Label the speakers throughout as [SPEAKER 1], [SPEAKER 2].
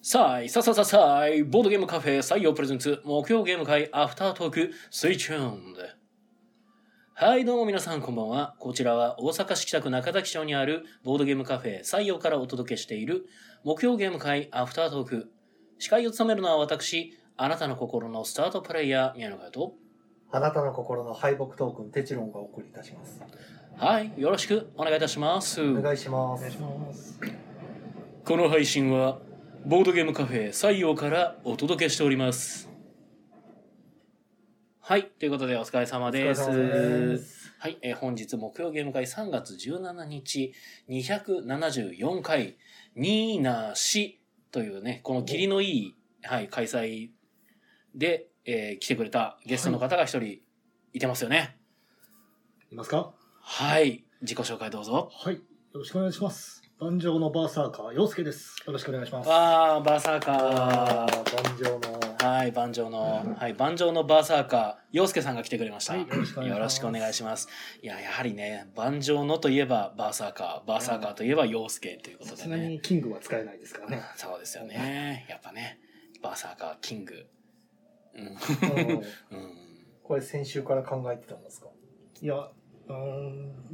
[SPEAKER 1] さあい、さあさあさあさあい、ボードゲームカフェ採用プレゼンツ、木曜ゲーム会アフタートーク、Stay tuned! はい、どうも皆さんこんばんは。こちらは大阪市北区中崎町にあるボードゲームカフェ採用からお届けしている、木曜ゲーム会アフタートーク。司会を務めるのは私、あなたの心のスタートプレイヤー、宮野佳代と。
[SPEAKER 2] あなたの心の敗北トークンテチロンがお送りいたします。
[SPEAKER 1] はい、よろしくお願いいたします。
[SPEAKER 2] お願いします。
[SPEAKER 1] この配信はボードゲームカフェ採用からお届けしておりますはいということでお疲れ様です
[SPEAKER 2] お疲れ様です
[SPEAKER 1] はい、えー本日木曜ゲーム会3月17日274回ニーナシというねこの義理のいい、はい、開催で、えー来てくれたゲストの方が一人いてますよね
[SPEAKER 3] いますか
[SPEAKER 1] はい自己紹介どうぞ
[SPEAKER 3] はい。よろしくお願いします。盤上のバーサーカー、陽介です。よろしくお願いします。
[SPEAKER 1] わーバーサーカ
[SPEAKER 2] あ
[SPEAKER 1] ー
[SPEAKER 2] ー、盤上の。
[SPEAKER 1] はい、盤上の、はい、盤上のバーサーカー、洋介さんが来てくれました。
[SPEAKER 3] はい
[SPEAKER 1] よ
[SPEAKER 3] よ
[SPEAKER 1] ろ
[SPEAKER 3] ろ
[SPEAKER 1] し
[SPEAKER 3] し
[SPEAKER 1] く
[SPEAKER 3] く
[SPEAKER 1] お
[SPEAKER 3] お
[SPEAKER 1] 願
[SPEAKER 3] 願
[SPEAKER 1] い
[SPEAKER 3] い
[SPEAKER 1] します。いや、やはりね、盤上のといえばバーサーカー、バーサーカーといえば洋介ということ
[SPEAKER 3] さ
[SPEAKER 1] です
[SPEAKER 3] が
[SPEAKER 1] ね。
[SPEAKER 3] にキングは使えないですからね。
[SPEAKER 1] そうですよね。やっぱね、バーサーカー、キング。
[SPEAKER 2] うん
[SPEAKER 1] うん。うん
[SPEAKER 2] これ先週から考えてたんですか。
[SPEAKER 3] いや、うー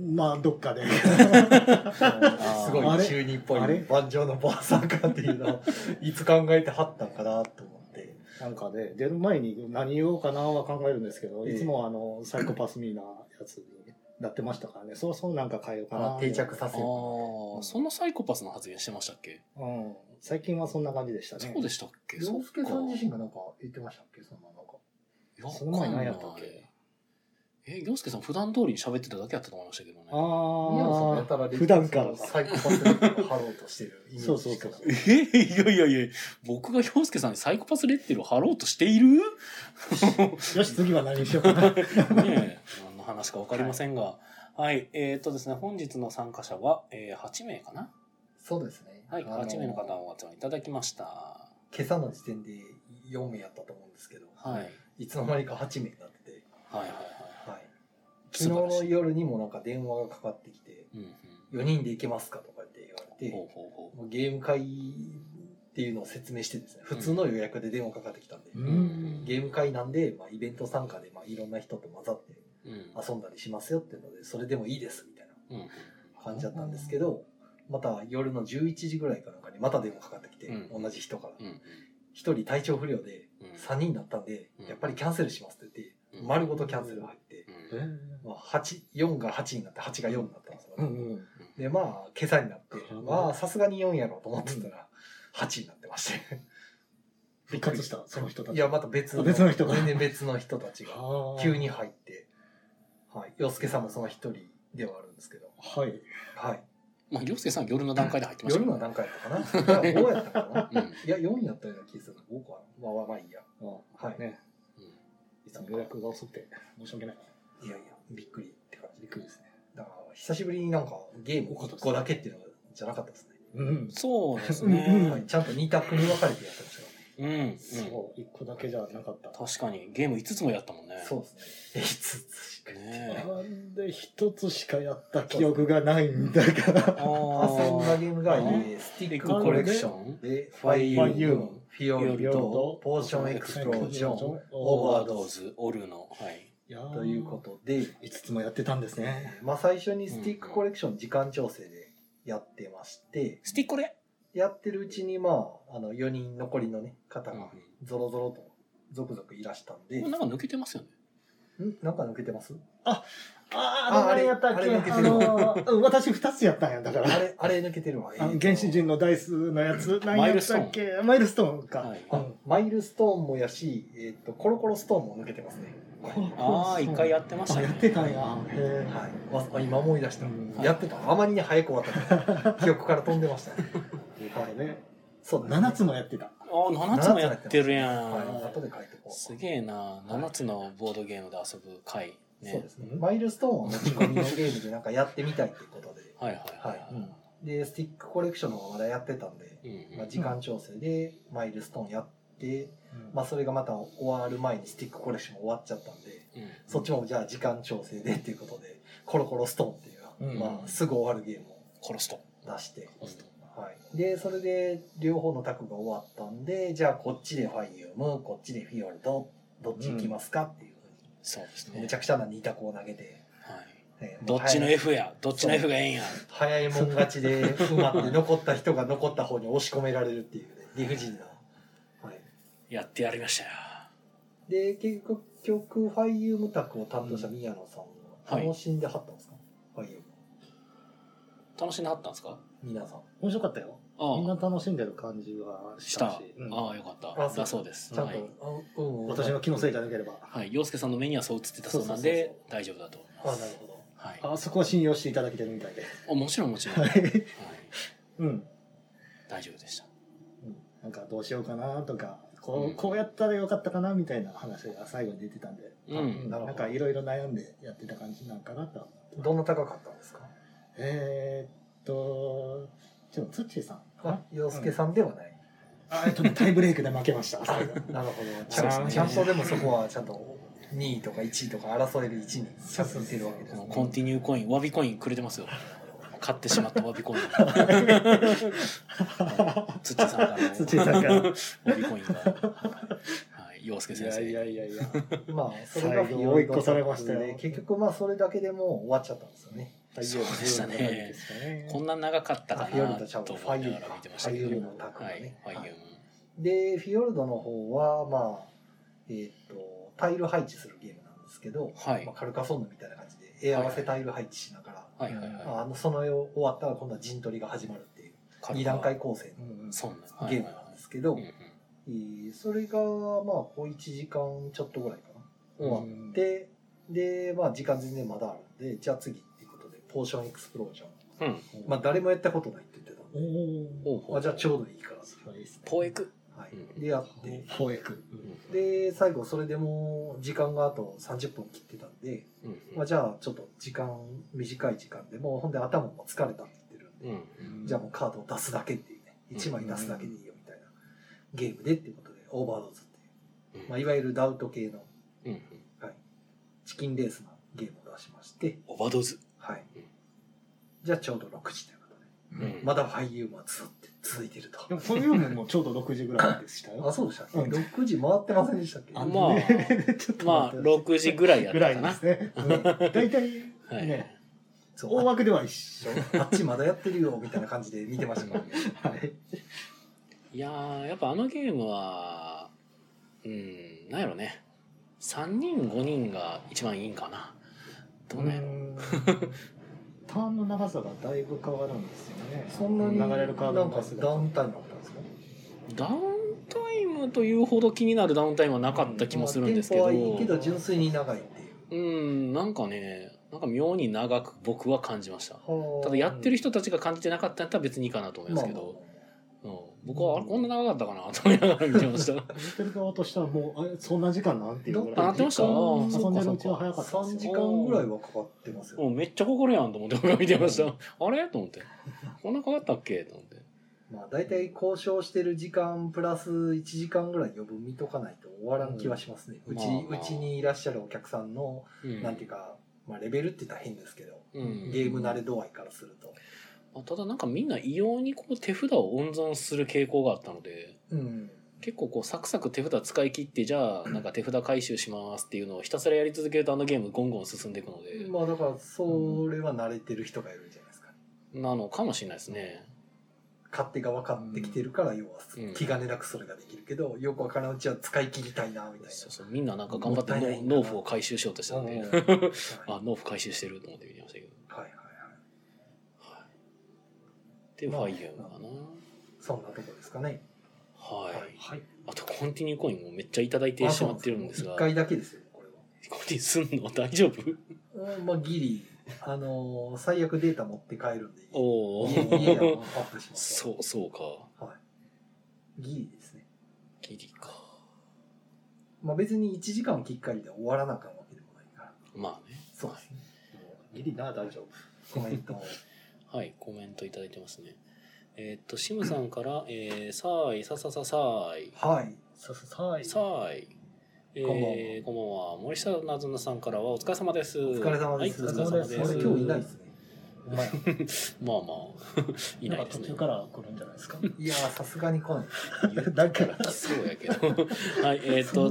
[SPEAKER 3] ん、まあ、どっかで。
[SPEAKER 1] ー
[SPEAKER 2] すご
[SPEAKER 3] あ
[SPEAKER 2] い
[SPEAKER 3] れ
[SPEAKER 2] 中二っぽ
[SPEAKER 3] あ
[SPEAKER 2] い
[SPEAKER 3] れ
[SPEAKER 2] 盤上のバーサーカーっていうのをいつ考えてはったんかなと思って。
[SPEAKER 3] なんかね、出る前に何言おうかなは考えるんですけど、
[SPEAKER 2] ええ
[SPEAKER 3] いつもあの、サイコパスミーなやつになってましたからね、そろそろなんか変えようか
[SPEAKER 2] あ
[SPEAKER 3] な。
[SPEAKER 2] ー定着さ
[SPEAKER 1] あ
[SPEAKER 2] せる。
[SPEAKER 1] あ、そんなサイコパスの発言してましたっけ、
[SPEAKER 3] うん。最近はそんな感じでしたね。
[SPEAKER 1] そうでしたっけ
[SPEAKER 2] 洋介さん自身
[SPEAKER 1] が。
[SPEAKER 2] がなんか言ってましたっけそのなんか。
[SPEAKER 3] その前
[SPEAKER 1] 何
[SPEAKER 3] 何
[SPEAKER 1] や
[SPEAKER 3] や
[SPEAKER 1] っ
[SPEAKER 3] ったた
[SPEAKER 1] っ
[SPEAKER 3] っ
[SPEAKER 1] け
[SPEAKER 3] け
[SPEAKER 1] え、洋介さん普段通りに喋ってただけやったと思いましたけどね。
[SPEAKER 3] あ
[SPEAKER 2] 宮野さんがやた
[SPEAKER 3] ー。
[SPEAKER 2] ら
[SPEAKER 3] 普段から
[SPEAKER 2] サイコパスにハローとしてるイメージしかない。
[SPEAKER 3] そうそうそう
[SPEAKER 1] えいやいやいや、僕が洋介さんにサイコパスレッテルを貼ろうとしているね
[SPEAKER 3] よし、次は何にしようかな。
[SPEAKER 1] え、何の話かわかりませんが。はい、えーっとですね、本日の参加者は、えー8名かな
[SPEAKER 2] そうですね。
[SPEAKER 1] はい、
[SPEAKER 2] あ
[SPEAKER 1] 8名の方をお集まりいただきました。は
[SPEAKER 2] 今朝の時点で4名やったと思うんですけど、
[SPEAKER 1] い。はい
[SPEAKER 2] いつの間にか8名になってて、
[SPEAKER 1] はいはい。
[SPEAKER 2] はい、
[SPEAKER 1] 素
[SPEAKER 2] 昨日
[SPEAKER 1] 晴らし
[SPEAKER 2] の
[SPEAKER 1] い。
[SPEAKER 2] 夜にもなんか電話がかかってきて
[SPEAKER 1] うん
[SPEAKER 2] 「4人で行けますか?」とかって言われ
[SPEAKER 1] うん。
[SPEAKER 2] て
[SPEAKER 1] ほうほうほ
[SPEAKER 2] もうゲーム会っていうのを説明してですね普通の予約で電話かかってきたんで、
[SPEAKER 3] う
[SPEAKER 1] う。うんん。
[SPEAKER 2] ゲーム会なんで、まあ、イベント参加で、まあ、いろんな人と混ざって
[SPEAKER 1] うん
[SPEAKER 2] 遊んだりしますよっていうのでそれでもいいですみたいな
[SPEAKER 1] うん。
[SPEAKER 2] 感じだったんですけどまた夜の11時ぐらいかなんかにまた電話かかってきて、
[SPEAKER 1] うん
[SPEAKER 2] 同じ人から、
[SPEAKER 1] う
[SPEAKER 2] 1
[SPEAKER 1] ん。
[SPEAKER 2] 人体調不良で
[SPEAKER 1] うん。
[SPEAKER 2] 3人になったんで、
[SPEAKER 1] うん
[SPEAKER 2] やっぱりキャンセルしますって言って、
[SPEAKER 1] うん
[SPEAKER 2] 丸ごとキャンセル入って、
[SPEAKER 1] うん
[SPEAKER 2] まあ、8 4が8になって8が4になったんですよね。
[SPEAKER 3] うん
[SPEAKER 2] でまあ今朝になって
[SPEAKER 3] うん
[SPEAKER 2] まあさすがに4やろうと思ってたら8になってまして
[SPEAKER 3] 復活した、その人たち。
[SPEAKER 2] いやまた別の
[SPEAKER 3] あ別の人が
[SPEAKER 2] 全然別の人たち が
[SPEAKER 3] あー
[SPEAKER 2] 急に入ってはい洋介さんもその一人ではあるんですけど
[SPEAKER 3] はい。
[SPEAKER 2] はい
[SPEAKER 1] まあ、洋介さん夜の段階で入ってました
[SPEAKER 2] 夜の段階やったかないや5やったか
[SPEAKER 1] 階。うん。
[SPEAKER 2] ないや4やったような気がする5かなまあまあまあいいや
[SPEAKER 3] あ
[SPEAKER 2] はい
[SPEAKER 3] ね、
[SPEAKER 2] い
[SPEAKER 3] い
[SPEAKER 2] つ
[SPEAKER 3] つ
[SPEAKER 2] も
[SPEAKER 3] も予約が遅くて、申し訳ない。
[SPEAKER 2] いやいやびっくりって感じ
[SPEAKER 3] びっくりですね。
[SPEAKER 2] だから久しぶりになんかゲーム1個だけっていうのじゃなかったですね
[SPEAKER 3] うん。
[SPEAKER 1] そうです
[SPEAKER 3] うん
[SPEAKER 1] ね。
[SPEAKER 2] はいちゃんと2択に分かれてやってましたからね
[SPEAKER 1] うん。うん
[SPEAKER 3] そう、一個だけじゃなかった。
[SPEAKER 1] 確かに、ゲーム5つもやったもんね。
[SPEAKER 2] そうですね5つしか
[SPEAKER 1] ねえ。
[SPEAKER 3] なんで一つしかやった記憶がないんだか
[SPEAKER 2] 遊
[SPEAKER 3] ら。
[SPEAKER 2] んだ
[SPEAKER 1] あ
[SPEAKER 2] ゲームが、え
[SPEAKER 1] あ
[SPEAKER 2] ー、スティックコレクションで、フ
[SPEAKER 1] ファ
[SPEAKER 2] ァ
[SPEAKER 1] イ
[SPEAKER 2] イ
[SPEAKER 1] ユー
[SPEAKER 2] ユーム、フィオル
[SPEAKER 3] フィオル
[SPEAKER 2] と
[SPEAKER 3] と、
[SPEAKER 2] ポーションエクスプロージョンオーバードーズ
[SPEAKER 1] オルの。はい。
[SPEAKER 2] ということで、
[SPEAKER 3] と。5つもやってたんですね。
[SPEAKER 2] まあ最初にスティックコレクション時間調整でやってまして、
[SPEAKER 1] スティコレ。
[SPEAKER 2] やってるうちにまあ、あの、4人残りのね、方が
[SPEAKER 1] も
[SPEAKER 2] ゾロゾロと、続々いらしたんで、
[SPEAKER 1] うんなんか抜けてますよね。
[SPEAKER 2] なんか抜けてます
[SPEAKER 3] あ
[SPEAKER 2] あ
[SPEAKER 3] あ、あれやったっ
[SPEAKER 2] あ
[SPEAKER 3] け
[SPEAKER 2] れ
[SPEAKER 3] あ
[SPEAKER 2] 抜けてる
[SPEAKER 3] のー、うん私2つやったんや、だか
[SPEAKER 2] あ
[SPEAKER 3] ら。
[SPEAKER 2] れ、あれ抜けてるわ。
[SPEAKER 3] あ
[SPEAKER 2] えーと
[SPEAKER 3] 原始人のダイスのやつ、何やったっけマイルストーンか。
[SPEAKER 1] はい。
[SPEAKER 2] あマイルストーンもやし、えっ、と、コロコロストーンも抜けてますね。
[SPEAKER 1] ああ、一回や
[SPEAKER 3] っ
[SPEAKER 1] ってま
[SPEAKER 3] ま
[SPEAKER 1] したね。
[SPEAKER 3] やってたんや。へー
[SPEAKER 2] はい、わあ今思い出した、
[SPEAKER 3] うん
[SPEAKER 2] やってたあまりに早く終わったから 記憶から飛んでましたね
[SPEAKER 3] はいね。
[SPEAKER 2] そうですね
[SPEAKER 3] 7つもやってた。
[SPEAKER 1] ああ、七つもやってるや
[SPEAKER 2] はい、後
[SPEAKER 1] ん。
[SPEAKER 2] で書いてこう
[SPEAKER 1] すげえな。七つのボードゲームで遊ぶ回。
[SPEAKER 2] そう
[SPEAKER 1] ね
[SPEAKER 2] で。すねマイルストーンは持ち込みのゲームでなんかやってみたいってことで
[SPEAKER 1] はいはい
[SPEAKER 2] はい、
[SPEAKER 1] は
[SPEAKER 2] でスティックコレクションの方がまだやってたんで、
[SPEAKER 1] い。うん
[SPEAKER 2] まあ、時間調整でマイルストーンやって、ま
[SPEAKER 3] ま
[SPEAKER 2] あ、それがまた終わる前にスティックコレクションも終わっちゃったんで
[SPEAKER 1] うん。
[SPEAKER 2] そっちもじゃあ時間調整でっていうことでコロコロストーンっていう、
[SPEAKER 3] うん
[SPEAKER 2] まあ、すぐ終わるゲームを
[SPEAKER 1] 殺すと。
[SPEAKER 2] 出して、はい、でそれで両方のタクが終わったんでじゃあこっちでファイユムこっちでフィオルドどっち行きますかっていう
[SPEAKER 1] そうです
[SPEAKER 2] ふうに
[SPEAKER 1] ね
[SPEAKER 2] むち。ゃくちゃな2択を投げて、
[SPEAKER 1] はい、
[SPEAKER 2] ね
[SPEAKER 1] どっちの F や、どっちの F がええんや。
[SPEAKER 2] 早いもん勝ちで埋まって残った人が残った方に押し込められるっていう、ね、理不尽な、はい、
[SPEAKER 1] やってやりましたよ。
[SPEAKER 2] で結局ファイユム宅を担当した宮野さんは
[SPEAKER 1] はい
[SPEAKER 2] 楽しんではったんですか、ファイユム
[SPEAKER 1] 楽しんではったんですか
[SPEAKER 2] 皆さん
[SPEAKER 3] 面白かったよ。
[SPEAKER 1] あ
[SPEAKER 3] みん
[SPEAKER 1] あ
[SPEAKER 3] な楽しんでる感じはし
[SPEAKER 1] したた
[SPEAKER 3] し。。うん
[SPEAKER 1] ああ、よかった。
[SPEAKER 2] あそう
[SPEAKER 1] だそうです。
[SPEAKER 2] ちゃん
[SPEAKER 1] は
[SPEAKER 2] と、
[SPEAKER 1] い。
[SPEAKER 2] あうんうん、
[SPEAKER 3] 私の気のせいじゃ
[SPEAKER 2] な
[SPEAKER 3] なければ。
[SPEAKER 1] はい。洋介さんの目にはそう映ってたそうなんで、大丈夫だと思い
[SPEAKER 2] あ
[SPEAKER 1] ま
[SPEAKER 2] な
[SPEAKER 1] す。
[SPEAKER 2] るほど
[SPEAKER 1] はい。
[SPEAKER 3] あそこは信用していただけてるみたいで。
[SPEAKER 1] あもちろんもちろん。
[SPEAKER 3] は
[SPEAKER 1] はい。
[SPEAKER 3] い。うん。
[SPEAKER 1] 大丈夫でした。
[SPEAKER 3] うんなんかどうしようかなとか、
[SPEAKER 1] う
[SPEAKER 3] こ
[SPEAKER 1] ん
[SPEAKER 3] う、こうやったらよかったかなみたいな話が最後に出てたんで。
[SPEAKER 1] うん
[SPEAKER 2] なるほど
[SPEAKER 3] なんかいろいろ悩んでやってた感じなんかなと。
[SPEAKER 2] どんな高かったんですか
[SPEAKER 3] えー、っと、ちょっと、つっちーさん。
[SPEAKER 2] あ洋介さんではない、
[SPEAKER 3] あ、えっとね、タイブレイクで負けま した。最後
[SPEAKER 2] なるほどちゃ
[SPEAKER 1] そうです
[SPEAKER 2] ん
[SPEAKER 1] ね
[SPEAKER 2] ちゃんとでもそこはちゃんと2位とか1位とか争える位置にちゃんといてるわけです
[SPEAKER 1] この
[SPEAKER 2] ね
[SPEAKER 1] コンティニューコイン、わびコインくれてますよ。買ってしまったわびコイン。土さんからの。
[SPEAKER 3] つっちーさんから
[SPEAKER 1] わびコインが。はい。洋介
[SPEAKER 3] い
[SPEAKER 1] 先
[SPEAKER 3] や
[SPEAKER 1] 生。
[SPEAKER 3] いやいや いや。
[SPEAKER 2] まあそれが
[SPEAKER 3] 最後追い越されましたよ
[SPEAKER 2] 結局まあそれだけでもう終わっちゃったんですよね
[SPEAKER 3] 太
[SPEAKER 1] そう
[SPEAKER 3] 陽
[SPEAKER 1] でしたね
[SPEAKER 3] の中ですかね
[SPEAKER 1] こんな長かったか
[SPEAKER 2] フィヨル
[SPEAKER 1] な
[SPEAKER 2] ドちゃう
[SPEAKER 1] と
[SPEAKER 2] フ
[SPEAKER 1] 思
[SPEAKER 2] ァ
[SPEAKER 1] い
[SPEAKER 2] イ
[SPEAKER 1] なが
[SPEAKER 2] ユム
[SPEAKER 1] ら
[SPEAKER 2] か
[SPEAKER 1] 見てまし
[SPEAKER 2] フ
[SPEAKER 1] た
[SPEAKER 2] ァ
[SPEAKER 1] け
[SPEAKER 2] イ
[SPEAKER 1] ど。
[SPEAKER 2] ユム
[SPEAKER 1] は
[SPEAKER 2] のタクが
[SPEAKER 1] い
[SPEAKER 2] ね。、
[SPEAKER 1] ファイユム。
[SPEAKER 2] でフィヨルドの方はまあえっ、とタイル配置するゲームなんですけど、
[SPEAKER 1] はい
[SPEAKER 2] まあ、カルカソンヌみたいな感じで絵合わせタイル配置しながら、
[SPEAKER 1] はいはい
[SPEAKER 2] ま
[SPEAKER 1] は
[SPEAKER 2] ああのその絵を終わったら今度は陣取りが始まるっていう
[SPEAKER 1] い。
[SPEAKER 2] 2段階構成
[SPEAKER 3] う
[SPEAKER 2] の
[SPEAKER 3] んうん
[SPEAKER 1] そんな。はい
[SPEAKER 2] ゲームなんですけど、
[SPEAKER 1] うんうん
[SPEAKER 2] えーそれがまあこう1時間ちょっとぐらいかな終わって、でまあ時間全然まだあるんでじゃあ次っていうことでポーションエクスプロージョン、
[SPEAKER 1] うん。
[SPEAKER 2] まあ、誰もやったことないって言ってたん
[SPEAKER 3] お
[SPEAKER 2] で、
[SPEAKER 1] ほ
[SPEAKER 3] お。
[SPEAKER 1] うほう
[SPEAKER 2] あじゃあちょうどいいから
[SPEAKER 3] そうですね
[SPEAKER 1] ポエク。
[SPEAKER 2] はい、
[SPEAKER 1] うん
[SPEAKER 2] でやって
[SPEAKER 3] 公約。
[SPEAKER 2] で最後それでもう時間があと30分切ってたんで、
[SPEAKER 1] うん
[SPEAKER 2] まあ、じゃあちょっと時間短い時間でもうほんで頭も疲れたって言ってるんで、
[SPEAKER 1] うん。
[SPEAKER 2] じゃあもうカードを出すだけっていうね1枚出すだけでいいよみたいなゲームでっていうことでオーバードーズっていう、
[SPEAKER 1] うん
[SPEAKER 2] まあ、いわゆるダウト系の
[SPEAKER 1] うんうん。
[SPEAKER 2] チキンレースのゲームを出しまして、
[SPEAKER 1] オーバードーズ。
[SPEAKER 2] はい
[SPEAKER 1] うん、
[SPEAKER 2] じゃあちょうど6時ということで
[SPEAKER 1] うん
[SPEAKER 2] まだファイユーマンずっと続いてると
[SPEAKER 3] でもそういうのもちょうど6時ぐらいでした
[SPEAKER 2] あ
[SPEAKER 3] よ。
[SPEAKER 2] そうでしたっけ
[SPEAKER 3] うん
[SPEAKER 2] 6時回ってませんでしたっけ
[SPEAKER 1] まあ
[SPEAKER 2] ね
[SPEAKER 3] のねちょっ と
[SPEAKER 1] まあ、
[SPEAKER 3] 待って
[SPEAKER 1] 6時ぐらいやっ
[SPEAKER 3] ぐ
[SPEAKER 1] たか
[SPEAKER 3] らいで
[SPEAKER 1] な
[SPEAKER 3] す。ね。大体ね、
[SPEAKER 2] そう
[SPEAKER 3] 大枠では一緒。
[SPEAKER 2] あっちまだやってるよみたいな感じで見てましたから ね
[SPEAKER 3] はい。
[SPEAKER 1] いやーやっぱあのゲームはうんなんやろね3人5人が一番いいんかなどうなんやろ
[SPEAKER 3] ターンの長さがだいぶ変わるんですよね。
[SPEAKER 2] そんなに
[SPEAKER 3] 流れるカー
[SPEAKER 2] な
[SPEAKER 3] ドの
[SPEAKER 2] ん
[SPEAKER 3] パ
[SPEAKER 2] か
[SPEAKER 3] ス
[SPEAKER 2] ダウ
[SPEAKER 3] が。
[SPEAKER 2] ンタイムあったんですか
[SPEAKER 1] ダウンタイムというほど気になるダウンタイムはなかった気もするんですけ
[SPEAKER 2] ま
[SPEAKER 1] ど,、
[SPEAKER 2] あテンポはいいけど純粋に長いっていう
[SPEAKER 1] うんなんかねなんか妙に長く僕は感じましたた
[SPEAKER 2] た
[SPEAKER 1] だやってる
[SPEAKER 2] 人
[SPEAKER 1] 人たちが感じてなかったんやったら別にいいかなと思いますけど、
[SPEAKER 2] ま
[SPEAKER 1] うん、僕はあれこんな長かったかなと思いながら見てま した
[SPEAKER 3] 見てる側としてはもう、あれそんな時間なんていうぐ
[SPEAKER 1] あな
[SPEAKER 3] ら。
[SPEAKER 1] いってました
[SPEAKER 3] 遊
[SPEAKER 1] そ
[SPEAKER 3] ん
[SPEAKER 1] うか
[SPEAKER 3] でる
[SPEAKER 1] そうう
[SPEAKER 3] ちは
[SPEAKER 1] か
[SPEAKER 3] 早か
[SPEAKER 2] あ
[SPEAKER 3] ったで
[SPEAKER 2] 3
[SPEAKER 3] すよ
[SPEAKER 2] 時間ぐらいはかかってますよ、
[SPEAKER 1] もうめっちゃ心やんと思って僕は見てましたあれと思ってこんなかかったっけと思って
[SPEAKER 2] まあ大体交渉してる時間プラス1時間ぐらい余分見とかないと終わらん気はしますね、
[SPEAKER 1] う
[SPEAKER 2] うんち
[SPEAKER 1] ま
[SPEAKER 2] う
[SPEAKER 1] あ
[SPEAKER 2] ちにいらっしゃるお客さんの、
[SPEAKER 1] うん
[SPEAKER 2] なんていうか、まあ、レベルって言ったら変ですけど、
[SPEAKER 1] うん
[SPEAKER 2] ゲーム慣れ度合いからすると、
[SPEAKER 1] まあただなんかみんな異様にこう手札を温存する傾向があったので
[SPEAKER 2] うん、
[SPEAKER 1] 結構こうサクサク手札使い切ってじゃ あなんか手札回収しますっていうのをひたすらやり続けるとあのゲームゴンゴン進んでいくので、
[SPEAKER 2] まあだからそれは慣れてる人がいるんじゃないですかね、
[SPEAKER 1] なのかもしれないですね
[SPEAKER 2] 勝手が分かってきてるから要は
[SPEAKER 1] うん
[SPEAKER 2] 気兼ねなくそれができるけど、よく分からんうちは使い切りたいなみたいな
[SPEAKER 1] そうそうみんななんか頑張って
[SPEAKER 2] もったいないな
[SPEAKER 1] ノ納付を回収しようと したんで、
[SPEAKER 2] うんはいはい
[SPEAKER 1] あ納付回収してると思って見てましたけど
[SPEAKER 2] はい
[SPEAKER 1] でファイヤーかな、
[SPEAKER 2] そんなとこですかね
[SPEAKER 1] はい、
[SPEAKER 2] はい
[SPEAKER 1] あとコンティニューコインもめっちゃいただいてしまってるんですが
[SPEAKER 2] 1
[SPEAKER 1] コン
[SPEAKER 2] 回だけですよこれは
[SPEAKER 1] ティニューすんの大丈夫
[SPEAKER 2] うんまあギリ、あのー最悪データ持って帰るんで
[SPEAKER 1] お
[SPEAKER 2] 家家だと
[SPEAKER 1] お
[SPEAKER 2] アップします
[SPEAKER 1] そうそうか
[SPEAKER 2] はい、ギリですね、
[SPEAKER 1] ギリか
[SPEAKER 2] まあ、別に1時間きっかりで終わらなあかんわけでもないから
[SPEAKER 1] まあね
[SPEAKER 2] そうですね
[SPEAKER 3] ギリな、大丈
[SPEAKER 2] コ
[SPEAKER 3] 夫。
[SPEAKER 2] メン トを
[SPEAKER 1] はい、コメントいただいてますね。えーっと、シムさんから、えー、さーい、ささささーい、
[SPEAKER 2] はい
[SPEAKER 3] さささい。
[SPEAKER 1] さーい。えー、
[SPEAKER 2] こんばんは
[SPEAKER 1] こんばんは。森下なずなさんからはお疲れ様です。
[SPEAKER 2] お疲れ様です、
[SPEAKER 1] はい、お
[SPEAKER 3] れ
[SPEAKER 1] 疲れ様
[SPEAKER 3] 様
[SPEAKER 1] で。
[SPEAKER 3] ですす
[SPEAKER 2] あれ今日いないですね
[SPEAKER 3] ほんまや。
[SPEAKER 1] まあまあ、 いな
[SPEAKER 3] ないん
[SPEAKER 1] で
[SPEAKER 3] か
[SPEAKER 1] す
[SPEAKER 3] 途
[SPEAKER 1] ね
[SPEAKER 3] 中。から来るんじゃないですか。
[SPEAKER 2] いやーさすがに来ない
[SPEAKER 3] だから。
[SPEAKER 1] 来そうやけど。はい、えっ、と、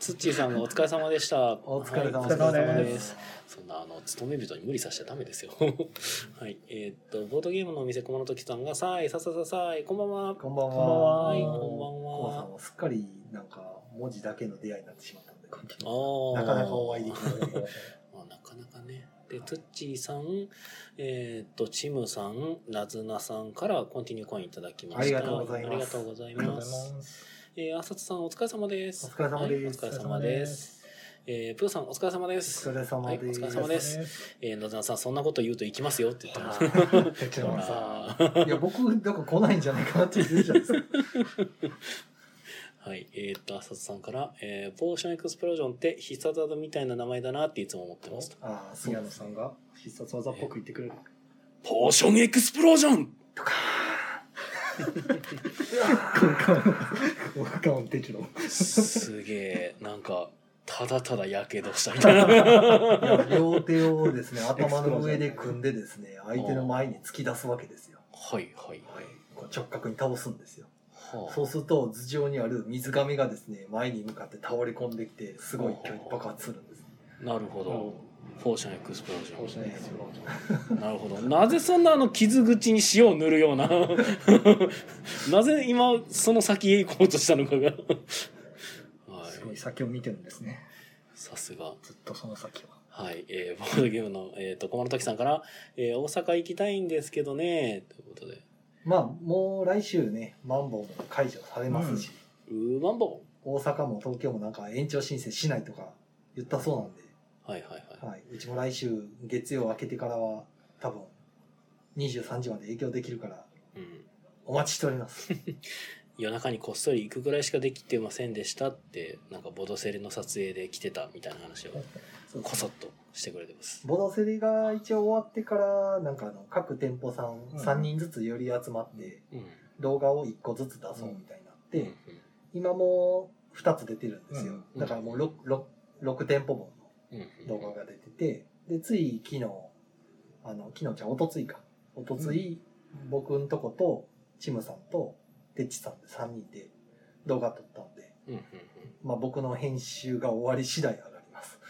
[SPEAKER 1] ツッチーさんがお疲れ様でした。
[SPEAKER 2] お疲れ様
[SPEAKER 1] はいお
[SPEAKER 2] です
[SPEAKER 1] 疲れ様です。そんなあの勤め人に無理させちゃダメですよ。 はい、えっ、とボードゲームのお店小物時さんがさいささささいこんばんは。
[SPEAKER 2] こんばんは
[SPEAKER 1] は、
[SPEAKER 3] はいい
[SPEAKER 1] こん
[SPEAKER 2] コウ
[SPEAKER 1] ば
[SPEAKER 2] さ
[SPEAKER 1] ん
[SPEAKER 2] ん
[SPEAKER 1] は。
[SPEAKER 2] はすっかりなんか文字だけの出会いになってしまったんで
[SPEAKER 1] ああ、
[SPEAKER 2] なかなかお会いできない
[SPEAKER 1] まあ、なかなかね。で、ツッチーさん、えーっと、チムさん、ナズナさんからコンティニューコインいただきました。
[SPEAKER 2] ありがとうございます
[SPEAKER 1] ありがとうござい
[SPEAKER 3] ありがとう
[SPEAKER 1] ま
[SPEAKER 3] ご
[SPEAKER 1] す。
[SPEAKER 3] ざいます。
[SPEAKER 1] えー、あさつさん、お疲れ様です。
[SPEAKER 2] お疲れ様です
[SPEAKER 1] はいお疲れ様です。。えー、プーさん、お疲れ様で
[SPEAKER 2] お
[SPEAKER 1] す。
[SPEAKER 2] 疲れ様です、
[SPEAKER 1] はいお疲れ様ですえー、ナズナさん、そんなこと言うと行きますよって言って ます。
[SPEAKER 3] てちのさ、
[SPEAKER 1] あー
[SPEAKER 2] いや僕なんか来ないんじゃないかなって言ってるじゃないですか
[SPEAKER 1] はい。えーっと、あさつさんから、えー、ポーションエクスプロージョンって必殺技みたいな名前だなっていつも思ってますと。
[SPEAKER 2] ああそう
[SPEAKER 3] 宮野さんが必殺技っぽく言ってくれる。
[SPEAKER 1] ポーションエクスプロージョン
[SPEAKER 3] カンカン、カンてちの。
[SPEAKER 1] すげえ、なんか、ただただやけどしたみたいな。
[SPEAKER 2] いや両手をで すね頭の上で組んでですね相手の前に突き出すわけですよ、
[SPEAKER 1] はいはいは
[SPEAKER 2] はいい。、こう直角に倒すんですよ
[SPEAKER 1] は
[SPEAKER 2] そうすると頭上にある水亀がですね前に向かって倒れ込んできてすごい勢いで爆発するんです
[SPEAKER 1] あ、なるほど。フォーションエクスプロージ
[SPEAKER 3] そうしないですよ。
[SPEAKER 1] ョン。なるほど。なぜそんなあの傷口に塩を塗るような。なぜ今その先へ行こうとしたのかが。は
[SPEAKER 3] すご
[SPEAKER 1] い
[SPEAKER 3] い。先を見てるんですね。
[SPEAKER 1] さすが。
[SPEAKER 3] ずっとその先を。
[SPEAKER 1] はい。えー、ボードゲームの、えっ、と、駒野時さんから、えー、大阪行きたいんですけどね、ということで。
[SPEAKER 2] まあもう来週ねマンボウも解除されますし、
[SPEAKER 1] うーまんぼ。
[SPEAKER 2] 大阪も東京もなんか延長申請しないとか言ったそうなんで、
[SPEAKER 1] はいはいはい。
[SPEAKER 2] はい、うちも来週月曜明けてからは多分23時まで営業できるから
[SPEAKER 1] うん
[SPEAKER 2] お待ちしております
[SPEAKER 1] 夜中にこっそり行くぐらいしかできてませんでしたってなんかボドセレの撮影で来てたみたいな話を
[SPEAKER 2] そう
[SPEAKER 1] こ そっとしてくれてます
[SPEAKER 2] ボドセリが一応終わってからなんかあの各店舗さん
[SPEAKER 3] うん
[SPEAKER 2] 3人ずつより集まって
[SPEAKER 1] うんうん
[SPEAKER 2] 動画を1個ずつ出そうみたいになって、
[SPEAKER 1] うん
[SPEAKER 2] 今もう2つ出てるんですよ、
[SPEAKER 1] うん
[SPEAKER 2] だからもう 6, 6店舗分
[SPEAKER 1] うん
[SPEAKER 2] の動画が出ててでつい昨日あの昨日じゃんおとついかおとつい僕んとことチムさんとてっちさんで3人で動画撮ったんで、
[SPEAKER 1] うんうん
[SPEAKER 2] まあ、僕の編集が終わり次第上がります、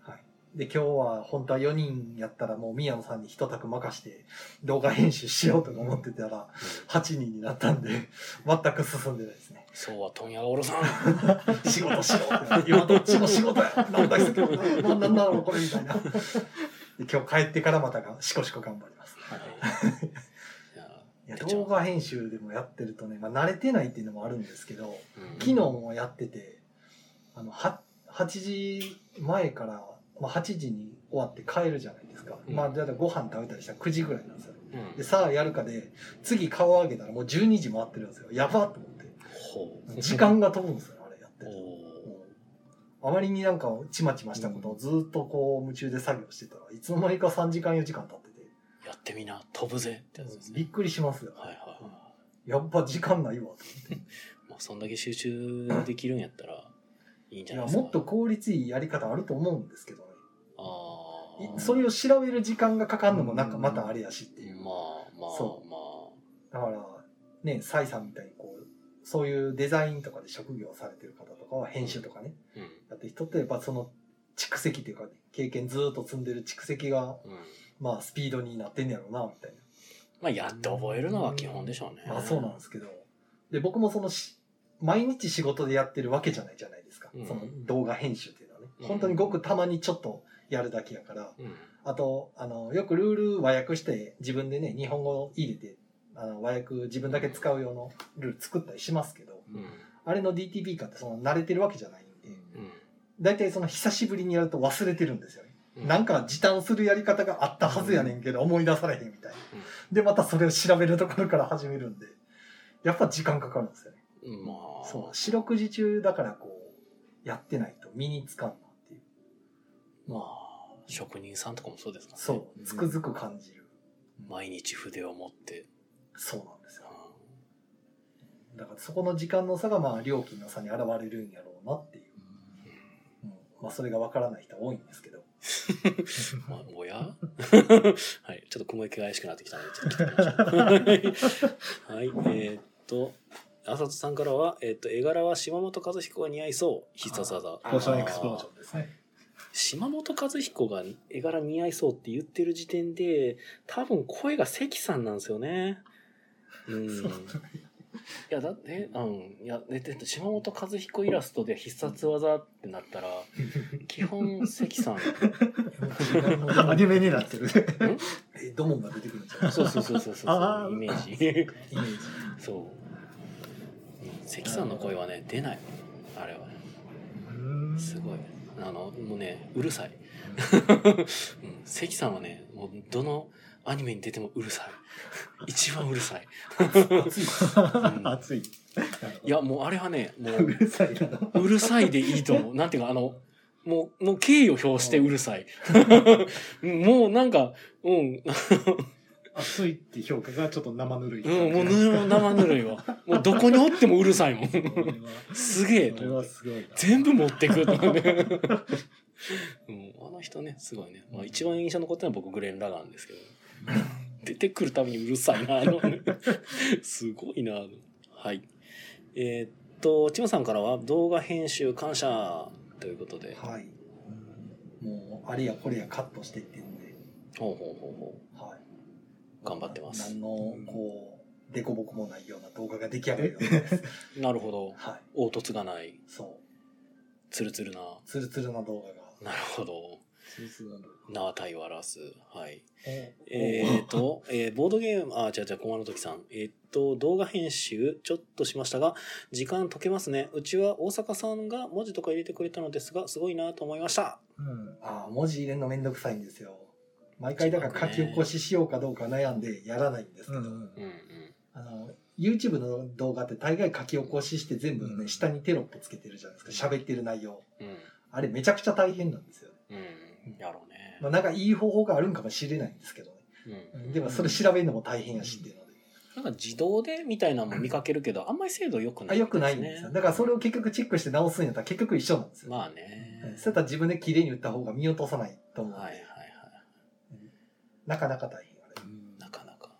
[SPEAKER 2] はい、で今日は本当は4人やったらもう宮野さんに一択任して動画編集しようとか思ってたら8人になったんで全く進んでないですね
[SPEAKER 1] そうは問屋がおろさん
[SPEAKER 2] 仕事しろって今どっちも仕事やなんだっけな なんだろうこれみたいなで今日帰ってからまたがしこしこ頑張ります
[SPEAKER 1] はいいや
[SPEAKER 2] いや動画編集でもやってるとね、まあ、慣れてないっていうのもあるんですけど
[SPEAKER 1] うん
[SPEAKER 2] 昨日もやっててあのは8時前から、まあ、8時に終わって帰るじゃないですか、
[SPEAKER 1] うん
[SPEAKER 2] まあだからご飯食べたりしたら9時ぐらいなんですよ
[SPEAKER 1] うん
[SPEAKER 2] でさあやるかで次顔上げたらもう12時回ってるんですよやばっと思 って
[SPEAKER 1] ほう
[SPEAKER 2] 時間が飛ぶんですよあれやってると
[SPEAKER 1] お
[SPEAKER 2] あまりになんかちまちましたことをずっとこう夢中で作業してたらいつの間にか3時間4時間経ってて
[SPEAKER 1] ーやってみな飛ぶぜってやつです
[SPEAKER 2] び
[SPEAKER 1] ね
[SPEAKER 2] っくりしますよ
[SPEAKER 1] はいはいは
[SPEAKER 2] やっぱ時間ないわ
[SPEAKER 1] いまあそんだけ集中できるんやったらいいん
[SPEAKER 2] い
[SPEAKER 1] じゃな
[SPEAKER 2] や
[SPEAKER 1] いですか
[SPEAKER 2] もっと効率いいやり方あると思うんですけどね
[SPEAKER 1] あ
[SPEAKER 2] い
[SPEAKER 1] あ
[SPEAKER 2] それを調べる時間がかかるのもなんかまたあれやしっていう
[SPEAKER 1] まあまあ
[SPEAKER 2] そ
[SPEAKER 1] まあ
[SPEAKER 2] だからねサイさんみたいにこうそういうデザインとかで職業されてる方とかは編集とかね
[SPEAKER 1] うん
[SPEAKER 2] やってる人ってやっぱその蓄積っていうか、ね、経験ずーっと積んでる蓄積が
[SPEAKER 1] うん
[SPEAKER 2] まあスピードになってんやろうなみたいな
[SPEAKER 1] まあやって覚えるのが基本でしょうね。
[SPEAKER 2] まあそうなんですけど。で、僕もそのし、毎日仕事でやってるわけじゃないじゃないですか。
[SPEAKER 1] うん
[SPEAKER 2] その動画編集っていうのはね。
[SPEAKER 1] うん
[SPEAKER 2] 本当にごくたまにちょっとやるだけやから。
[SPEAKER 1] うん。
[SPEAKER 2] あと、あの、よくルール和訳して自分でね、日本語を入れて、あの和訳自分だけ使う用のルール作ったりしますけど、
[SPEAKER 1] うん。
[SPEAKER 2] あれの DTP 化ってその慣れてるわけじゃないんで、
[SPEAKER 1] うん。
[SPEAKER 2] 大体その久しぶりにやると忘れてるんですよね。
[SPEAKER 1] う
[SPEAKER 2] なんか時短するやり方があったはずやねんけど、思い出されへんみたいな
[SPEAKER 1] うん。
[SPEAKER 2] で、またそれを調べるところから始めるんで、やっぱ時間かかるんですよね。
[SPEAKER 1] まあ、
[SPEAKER 2] そう。四六時中だからこう、やってないと身につかんなっていう。
[SPEAKER 1] まあ、職人さんとかもそうですからね。
[SPEAKER 2] そう。つくづく感じる。
[SPEAKER 1] 毎日筆を持って。
[SPEAKER 2] そうなんですよ。
[SPEAKER 1] う
[SPEAKER 2] だからそこの時間の差が、まあ、料金の差に現れるんやろうなっていう。うんまあ、それがわからない人は多いんですけど。
[SPEAKER 1] まあ、おや はい、ちょっと雲行きが怪しくなってきたので、ちょっと切ってみましょ うはい、えーっと、浅田さんからは、えーっと、絵柄は島本和彦が似合いそう、必殺技。
[SPEAKER 3] ポーションエクスプロージョンですね。
[SPEAKER 1] 島本和彦が絵柄似合いそうって言ってる時点で、多分声が関さんなんですよね。うん。 いや、だって、うん。いや、でで島本和彦イラストで必殺技ってなったら、基本関 さん。
[SPEAKER 3] アニメになってるね。
[SPEAKER 2] えドモンが出てくるんじゃない
[SPEAKER 1] そうそうそうそうそう
[SPEAKER 3] あ
[SPEAKER 1] そ
[SPEAKER 3] ー
[SPEAKER 1] う、イメージ。
[SPEAKER 2] イメージ
[SPEAKER 1] そう。うん関さんの声はね、出ない。あれは。すごい。あの、もうね、うるさい。うん、関さんはね、もうどのアニメに出てもうるさい。一番うるさ い。
[SPEAKER 2] 熱い
[SPEAKER 3] 熱い。
[SPEAKER 1] いや、もうあれはね、も
[SPEAKER 3] う
[SPEAKER 1] う、
[SPEAKER 3] るさいな。
[SPEAKER 1] うるさいでいいと思う。なんていうか、あの、もう、もう敬意を表してうるさい。 もうなんか、うん、
[SPEAKER 3] 熱いって評価がちょっと生ぬるい。
[SPEAKER 1] うん、もうぬる生ぬるいわ。もうどこにおってもうるさいもん。すげえ
[SPEAKER 3] それはすごいな。
[SPEAKER 1] 全部持ってくとかね、 うん、あの人ねすごいね、まあ、一番印象に残ってるのは僕グレン・ラガンですけど 出てくるたびにうるさいなあのすごいなあのはいえーっとチムさんからは動画編集感謝ということで
[SPEAKER 2] はいもうあれやこれやカットしていってるんで、
[SPEAKER 1] ほうほうほうほ
[SPEAKER 2] はい、
[SPEAKER 1] 頑張ってます
[SPEAKER 2] 何のこう凸凹もないような動画が出来上がるようです
[SPEAKER 1] うなるほど
[SPEAKER 2] はい
[SPEAKER 1] 凹凸がない
[SPEAKER 2] そう
[SPEAKER 1] ツルツルな
[SPEAKER 2] ツルツルな動画
[SPEAKER 1] な
[SPEAKER 2] が
[SPEAKER 1] るほど縄体を表すはいえ
[SPEAKER 3] え
[SPEAKER 1] ー、と、えーボードゲーム、あ、じゃじゃ小間の時さん。えーっと、動画編集、ちょっとしましたが、時間解けますね。うちは大阪さんが文字とか入れてくれたのですが、すごいなと思いました。
[SPEAKER 2] ああ文字入れるのめんどくさいんですよ毎回だから書き起こししようかどうか悩んでやらないんですけど、
[SPEAKER 1] うんうん。
[SPEAKER 2] あの YouTube の動画って大概書き起こしして全部ね、
[SPEAKER 3] うん
[SPEAKER 2] 下にテロップつけてるじゃないですか喋ってる内容
[SPEAKER 1] う
[SPEAKER 2] あれめちゃくちゃ大変なんですよ、
[SPEAKER 1] ん。うん。やろうね。
[SPEAKER 2] まあ、なんかいい方法があるんかもしれないんですけどね
[SPEAKER 1] うん。
[SPEAKER 2] でもそれ調べるのも大変やしっていうので、
[SPEAKER 1] なんか自動でみたいなのも見かけるけど、あんまり精度良くな
[SPEAKER 2] あ
[SPEAKER 1] い、
[SPEAKER 2] よくないんですよだからそれを結局チェックして直すんやったら結局一緒なんですよ、
[SPEAKER 1] まあね。
[SPEAKER 2] うんそうやったら自分で綺麗に打った方が見落とさないと思うんで、
[SPEAKER 1] はいはいはい。
[SPEAKER 2] なかなか大変あれ
[SPEAKER 1] なかなか。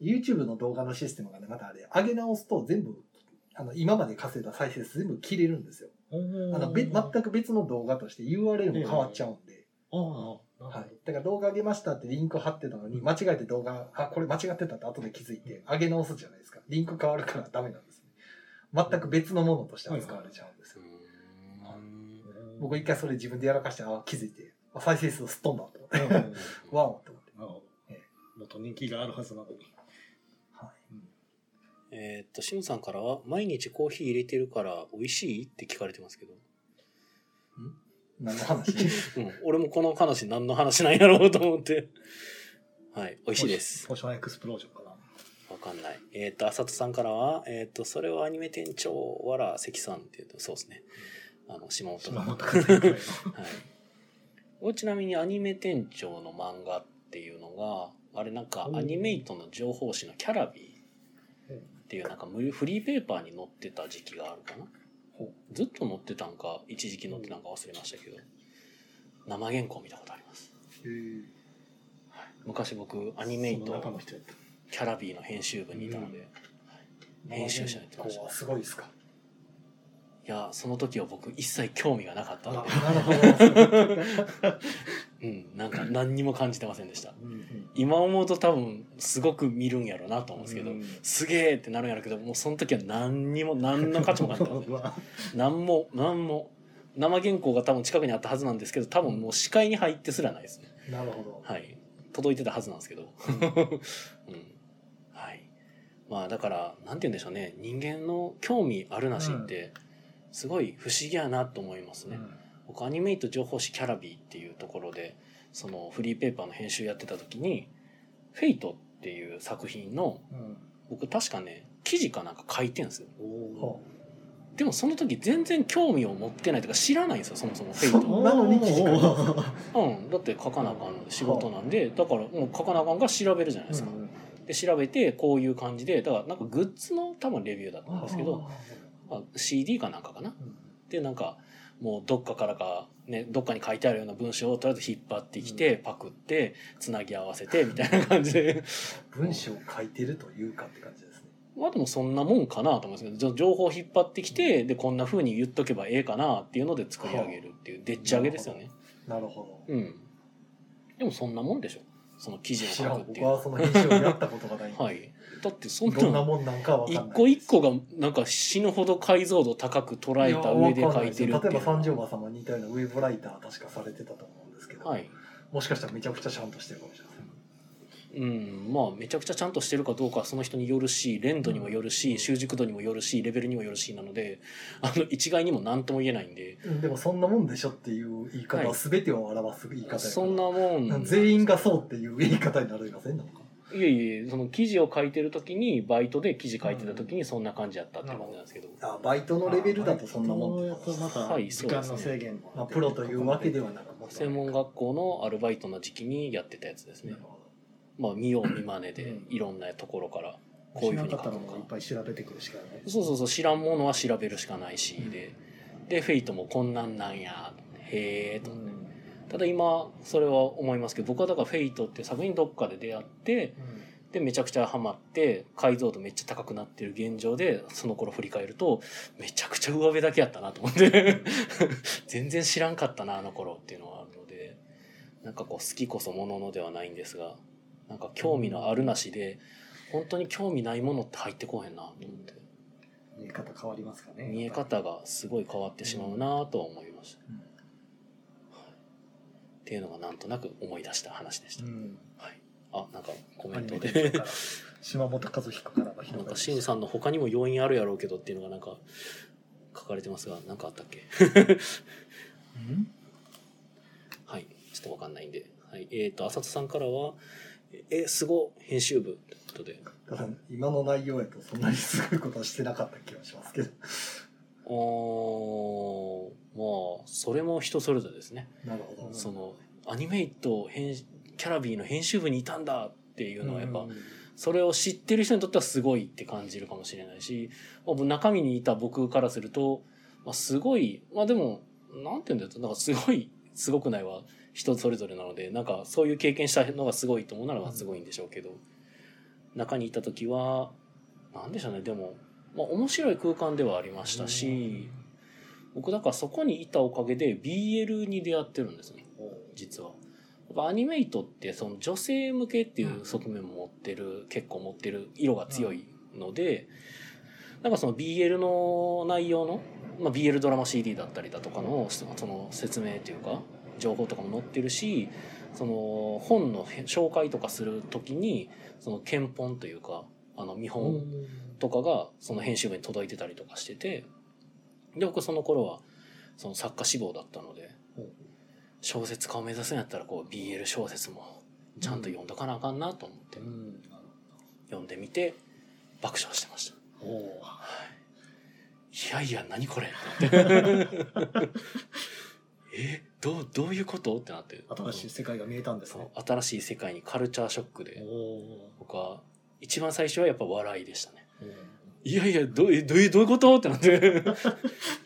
[SPEAKER 2] YouTube の動画のシステムがねまたあれ上げ直すと全部あの今まで稼いだ再生数全部切れるんですよあのべ全く別の動画として URL も変わっちゃうんで、はい、だから動画上げましたってリンク貼ってたのに間違えて動画あこれ間違ってたって後で気づいて上げ直すじゃないですかリンク変わるからダメなんですね全く別のものとして扱われちゃうんです
[SPEAKER 1] う
[SPEAKER 2] よ
[SPEAKER 1] ーん。
[SPEAKER 2] 僕一回それ自分でやらかしてあ気づいてあ再生数すっ飛んだと思ってわおと思って、
[SPEAKER 3] もっと人気があるはずなのに。
[SPEAKER 2] は
[SPEAKER 1] えーっと、シムさんからは、毎日コーヒー入れてるから美味しいって聞かれてますけど。
[SPEAKER 2] い、何の話
[SPEAKER 1] うん、俺もこの話何の話なんやろうと思って。はい、美味しいです。
[SPEAKER 3] ポーションエクスプロージョンかな。
[SPEAKER 1] わかんない。えっ、と、浅田さんからは、えっ、と、それはアニメ店長、わら、関さんっていうと、そうですね。あの、島本
[SPEAKER 3] 島
[SPEAKER 1] の。はい。
[SPEAKER 3] 本和彦の
[SPEAKER 1] 俺ちなみにアニメ店長の漫画っていうのが、あれなんか
[SPEAKER 3] う、ん
[SPEAKER 1] アニメイトの情報誌のキャラビーっていうなんか無料フリーペーパーに載ってた時期があるかな。
[SPEAKER 2] ほ
[SPEAKER 1] ずっと載ってたんか、一時期載ってたんか忘れましたけど、生原稿見たことあります。昔僕アニメイ
[SPEAKER 3] その中
[SPEAKER 1] ト
[SPEAKER 3] の人やった。
[SPEAKER 1] キャラビーの編集部にいたので、
[SPEAKER 3] う
[SPEAKER 1] 編集者やってました
[SPEAKER 2] こうすごいですか
[SPEAKER 1] いやその時は僕一切興味がなかった
[SPEAKER 2] あ
[SPEAKER 1] ので、
[SPEAKER 2] なるほど
[SPEAKER 1] うん、なんか何にも感じてませんでした今思うと多分すごく見るんやろうなと思うんですけど、すげえってなるんやろうけどもうその時は何にも何の価値も感じて ません何も何も生原稿が多分近くにあったはずなんですけど多分もう視界に入ってすらないですね
[SPEAKER 2] なるほど
[SPEAKER 1] はい届いてたはずなんですけどうんはい、まあだからなんて言うんでしょうね人間の興味あるなしってすごい不思議やなと思いますね、僕アニメイト情報誌キャラビーっていうところでそのフリーペーパーの編集やってた時に「フェイトっていう作品の僕確かね記事かなんか書いてんですよ
[SPEAKER 2] ほ
[SPEAKER 1] でもその時全然興味を持ってないというか知らないんですよそもそもフェイ
[SPEAKER 2] う
[SPEAKER 1] ト
[SPEAKER 2] なのに記事書く
[SPEAKER 1] うん、だって書かなあかん仕事なんでだからもう書かなあかんから調べるじゃないですか、で調べてこういう感じでだからなんかグッズの多分レビューだったんですけど、まあ、CD かなんかかなでなんかもうどっかからか、ね、どっかに書いてあるような文章をとりあえず引っ張ってきて、パクって、つなぎ合わせて、みたいな感じで。
[SPEAKER 2] 文章を書いてるというかって感じですね。
[SPEAKER 1] まあでもそんなもんかなと思うんですけど、じゃ情報を引っ張ってきて、で、こんな風に言っとけばええかなっていうので作り上げるっていう、でっち上げですよね。
[SPEAKER 2] なるほど。
[SPEAKER 1] うん。でもそんなもんでしょ。その記事を
[SPEAKER 2] 知
[SPEAKER 1] 書
[SPEAKER 2] ら
[SPEAKER 1] く
[SPEAKER 2] ん、
[SPEAKER 1] っていう
[SPEAKER 2] 僕
[SPEAKER 1] のは。
[SPEAKER 2] はその編集をやったことがないんで。
[SPEAKER 1] はい。だってそんな
[SPEAKER 2] どんなもんなんかは分
[SPEAKER 1] 一
[SPEAKER 2] かんない。
[SPEAKER 1] 個一個がなんか死ぬほど解像度高く捉えた上で書いてる
[SPEAKER 2] やわ
[SPEAKER 1] って
[SPEAKER 2] かんなですよ例
[SPEAKER 1] い
[SPEAKER 2] えば三条
[SPEAKER 1] う。
[SPEAKER 2] 馬様に似たようなウェブライター確かされてたと思うんですけど、
[SPEAKER 1] はい。
[SPEAKER 2] もしかしたらめちゃくちゃちゃんとしてるかもしれません。
[SPEAKER 1] うん、まあめちゃくちゃちゃんとしてるかどうかはその人によるし連度にもよるし習熟度にもよるしレベルにもよるしなのであの一概にも何とも言えないんで
[SPEAKER 2] うんでもそんなもんでしょっていう言い方
[SPEAKER 1] は
[SPEAKER 2] はい全てを表す言い方やから
[SPEAKER 1] そんなもん
[SPEAKER 2] 全員がそうっていう言い方になるいませんなんか
[SPEAKER 1] いえいえその記事を書いてる時にバイトで記事書いてた時にそんな感じやったっていう感じなんですけど、
[SPEAKER 2] あバイトのレベルだとそんなもんって
[SPEAKER 3] やとま
[SPEAKER 1] は
[SPEAKER 3] た
[SPEAKER 1] い
[SPEAKER 3] 時間の制限も
[SPEAKER 2] まあ、プロというわけではなくもちろ
[SPEAKER 1] 専
[SPEAKER 2] ん
[SPEAKER 1] 門学校のアルバイトの時期にやってたやつですね、まあ見よう見まねで
[SPEAKER 3] うん
[SPEAKER 1] いろんなところからこ
[SPEAKER 3] こ
[SPEAKER 1] う
[SPEAKER 3] う
[SPEAKER 1] い
[SPEAKER 3] いうう
[SPEAKER 1] ふうに書
[SPEAKER 3] ふうに
[SPEAKER 1] く
[SPEAKER 3] 書く
[SPEAKER 1] の
[SPEAKER 3] の
[SPEAKER 1] か
[SPEAKER 3] もいっぱい調べてくるしかない
[SPEAKER 1] そうそうそう知らんものは調べるしかないしででフェイトもこんなんなんやへえと
[SPEAKER 3] うん
[SPEAKER 1] ただ今それは思いますけど僕はだから「フェイトって作品どっかで出会ってでめちゃくちゃハマって解像度めっちゃ高くなってる現状でその頃振り返るとめちゃくちゃ上辺だけやったなと思って 全然知らんかったなあの頃っていうのはあるのでなんかこう好きこそもののではないんですがなんか興味のあるなしで本当に興味ないものって入ってこへんなと思って
[SPEAKER 3] 見え方変わりますかね
[SPEAKER 1] 見え方がすごい変わってしまうなとは思いました。
[SPEAKER 2] うん
[SPEAKER 1] っていうのがなんとなく思い出した話でした。
[SPEAKER 3] うん
[SPEAKER 1] はい、あなんかコメ
[SPEAKER 3] ア
[SPEAKER 1] ン
[SPEAKER 3] ニ
[SPEAKER 1] ト
[SPEAKER 3] メ
[SPEAKER 1] で
[SPEAKER 3] で島本和彦からの
[SPEAKER 1] なん
[SPEAKER 3] 広が
[SPEAKER 1] か
[SPEAKER 3] り
[SPEAKER 1] シンさんの他にも要因あるやろうけどっていうのがなんか書かれてますが何かあったっけ
[SPEAKER 2] うん
[SPEAKER 1] はいちょっとわかんないんで、はい、えっ、と浅田さんからは「えすご編集部」ということで
[SPEAKER 2] ただ今の内容やとそんなにすごいことはしてなかった気がしますけど
[SPEAKER 1] あーまあそれも人それぞれですね、
[SPEAKER 2] なるほど、
[SPEAKER 1] そのアニメイト編キャラビーの編集部にいたんだっていうのはやっぱ、
[SPEAKER 3] うん
[SPEAKER 1] それを知ってる人にとってはすごいって感じるかもしれないし、まあ中身にいた僕からすると、まあ、すごい、まあでも、なんて言うんだよ、なんかすごい、すごくないは人それぞれなので、なんかそういう経験したのがすごいと思うならまあすごいんでしょうけど、中にいた時は、なんでしょうね、でも、まあ面白い空間ではありましたし、僕だからそこにいたおかげで BL に出会ってるんですね。実は。やっぱアニメイトってその女性向けっていう側面も持ってる、結構持ってる色が強いので、なんかその BL の内容の、まあ、BL ドラマ CD だったりだとかのそその説明というか情報とかも載ってるしその本のへ紹介とかする時にその見本というかあの見本とかがその編集部に届いてたりとかしててで僕その頃はその作家志望だったので
[SPEAKER 3] うん
[SPEAKER 1] 小説家を目指すんやったらこう BL 小説もちゃんと読んどかなあかんなと思って
[SPEAKER 3] うん
[SPEAKER 1] 読んでみて爆笑してました。
[SPEAKER 3] おお
[SPEAKER 1] いやいや何これってなって えどうどういうことってなって
[SPEAKER 3] 新しい世界が見えたんです
[SPEAKER 1] そ
[SPEAKER 3] ね
[SPEAKER 1] の新しい世界にカルチャーショック
[SPEAKER 3] お
[SPEAKER 1] で
[SPEAKER 3] お
[SPEAKER 1] 僕は一番最初はやっぱ笑いでしたね。
[SPEAKER 3] う
[SPEAKER 1] いやいや、どうえどういうどういうことってな って、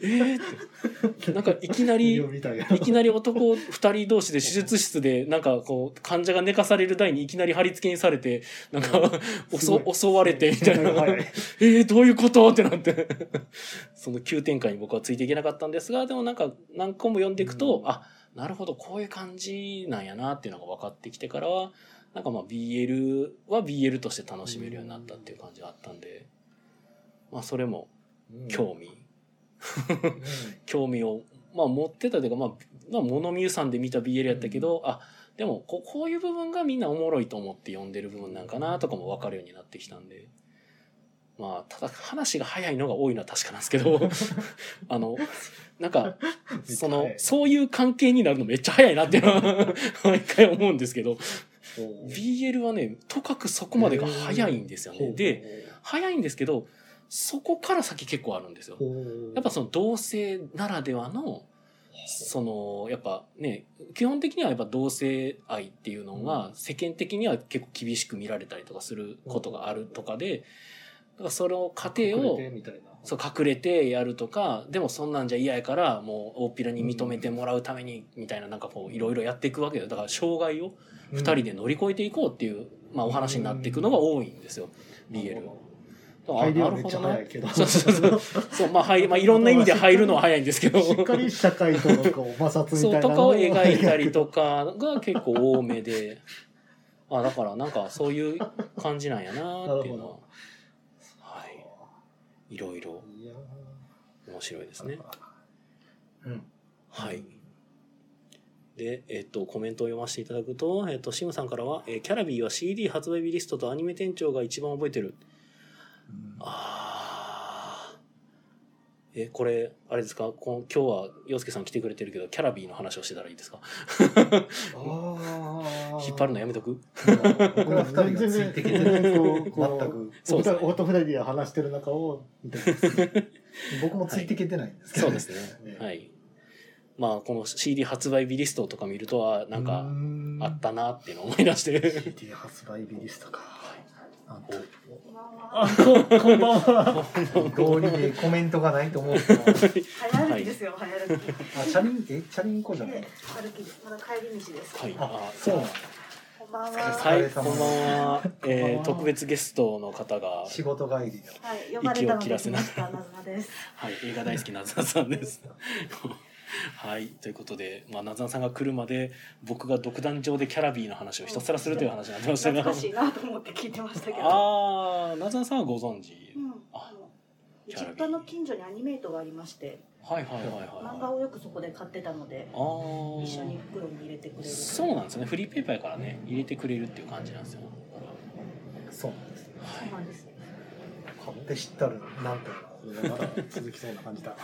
[SPEAKER 1] えーって、なんかいきなり、い
[SPEAKER 3] みたいな
[SPEAKER 1] きなり男二人同士で手術室で、なんかこう、患者が寝かされる台にいきなり貼り付けにされて、なんか、
[SPEAKER 3] すご
[SPEAKER 1] 襲
[SPEAKER 3] い
[SPEAKER 1] 襲われてみたいな、
[SPEAKER 3] はいはい
[SPEAKER 1] えー、どういうことってなって、 その急展開に僕はついていけなかったんですが、でもなんか何個も読んでいくと、
[SPEAKER 3] うん
[SPEAKER 1] あ、なるほど、こういう感じなんやなっていうのが分かってきてからは、なんかまあ BL は BL として楽しめるようになったっていう感じがあったんで、まあそれも、興味、
[SPEAKER 3] うん
[SPEAKER 1] 興味を、まあ、持ってたというか、まあ、まあ物見ゆさんで見た BL やったけど、あでもここういう部分がみんなおもろいと思って読んでる部分なんかなとかも分かるようになってきたんで。まあ、ただ話が早いのが多いのは確かなんですけど あのなんかその
[SPEAKER 3] めっちゃ早い
[SPEAKER 1] そういう関係になるのめっちゃ早いなっていうのは 毎回思うんですけど
[SPEAKER 3] おお
[SPEAKER 1] BL はねとかくそこまでが早いんですよね。で早いんですけどそこから先結構あるんですよ。
[SPEAKER 3] おお
[SPEAKER 1] やっぱその同性ならではの、その、やっぱね、基本的にはやっぱ同性愛っていうのが世間的には結構厳しく見られたりとかすることがあるとかで、だからその過程
[SPEAKER 3] 隠れ
[SPEAKER 1] を
[SPEAKER 3] てみたいな
[SPEAKER 1] そう隠れてやるとかでもそんなんじゃ嫌やからもう大っぴらに認めてもらうためにみたいななんかこういろいろやっていくわけよだから障害を
[SPEAKER 2] うん
[SPEAKER 1] 2人で乗り越えていこうっていう、まあ、お話になっていくのが多いんですよ BL は。あ
[SPEAKER 3] 入り
[SPEAKER 1] な
[SPEAKER 3] は
[SPEAKER 1] る
[SPEAKER 3] めっ
[SPEAKER 1] ほ
[SPEAKER 3] ちゃ
[SPEAKER 1] ど
[SPEAKER 3] 早
[SPEAKER 1] ね
[SPEAKER 3] いけど。
[SPEAKER 1] そうそうそうそう、まあはいまあ、いろんな意味で入るのは早いんですけど。
[SPEAKER 3] しっかり社会とのこう摩擦み
[SPEAKER 1] そ
[SPEAKER 3] た
[SPEAKER 1] う
[SPEAKER 3] い
[SPEAKER 1] と
[SPEAKER 3] な
[SPEAKER 1] か
[SPEAKER 3] の
[SPEAKER 1] を描いたりとかが結構多めであだからなんかそういう感じなんやなっていうのは、はい、いろいろ
[SPEAKER 3] いや
[SPEAKER 1] 面白いです
[SPEAKER 3] ー
[SPEAKER 1] ね。
[SPEAKER 2] うん。
[SPEAKER 1] はいで、えっと、コメントを読ませていただくと、えっと、シムさんからは、えーキャラビーは CD 発売日リストとアニメ店長が一番覚えてる。あーえ、これ、あれですかこの今日は、洋介さん来てくれてるけど、キャラビーの話をしてたらいいですか引っ張るのやめとく
[SPEAKER 2] 僕ら二人がついてきてない
[SPEAKER 3] 全然こう
[SPEAKER 2] 全く
[SPEAKER 1] そうですね
[SPEAKER 3] お二人お二人で話してる中を見てます
[SPEAKER 2] 僕もついてきてないんですけ
[SPEAKER 1] そ
[SPEAKER 2] ど
[SPEAKER 1] う
[SPEAKER 2] ね、
[SPEAKER 1] ですね。はい。まあ、この CD 発売日リストとか見ると、あなん
[SPEAKER 3] う
[SPEAKER 1] か、
[SPEAKER 3] ん
[SPEAKER 1] あったなっていうのを思い出 して。
[SPEAKER 3] CD 発売日リストかあ
[SPEAKER 4] こんばんは
[SPEAKER 3] あここんばんは
[SPEAKER 2] 道理でコメントがないと思うけど、あチ
[SPEAKER 4] 早歩きですよ、早歩き。で
[SPEAKER 2] ャリンえチャリンコじゃない。
[SPEAKER 4] 歩きです。まだ帰り道です。
[SPEAKER 1] はい。
[SPEAKER 2] あ
[SPEAKER 1] あ、
[SPEAKER 2] そうなの。
[SPEAKER 4] こんばんは。
[SPEAKER 1] は、
[SPEAKER 4] はい
[SPEAKER 2] れ様です
[SPEAKER 1] こんばんは。
[SPEAKER 3] こんばん
[SPEAKER 1] えー
[SPEAKER 3] は
[SPEAKER 1] 特別ゲストの方が、
[SPEAKER 2] 仕事帰りだ。
[SPEAKER 4] い、呼ばれたので来ました、なずなです。
[SPEAKER 1] はい、映画大好きなずなさんです。はい、ということで、まあ、なずなさんが来るまで、僕が独壇場でキャラビーの話をひたすらするという話になってました
[SPEAKER 4] 懐
[SPEAKER 1] が
[SPEAKER 4] か。しいなと思って聞いてましたけど。
[SPEAKER 1] あー、なずなさんはご存知。
[SPEAKER 4] うん。
[SPEAKER 1] あ
[SPEAKER 4] あの実家の近所にアニメートがありまして、
[SPEAKER 1] はいはいはいはいは
[SPEAKER 4] 漫画
[SPEAKER 1] い。
[SPEAKER 4] をよくそこで買ってたので、
[SPEAKER 1] あー。
[SPEAKER 4] 一緒に袋に入れてくれる。
[SPEAKER 1] そうなんですよねフリーペーパーやからね入れてくれるっていう感じなんですよ
[SPEAKER 2] そうなんです。
[SPEAKER 4] そうなんです。
[SPEAKER 2] 買って知ったらなんとか。
[SPEAKER 3] まだ続きそうな感じだ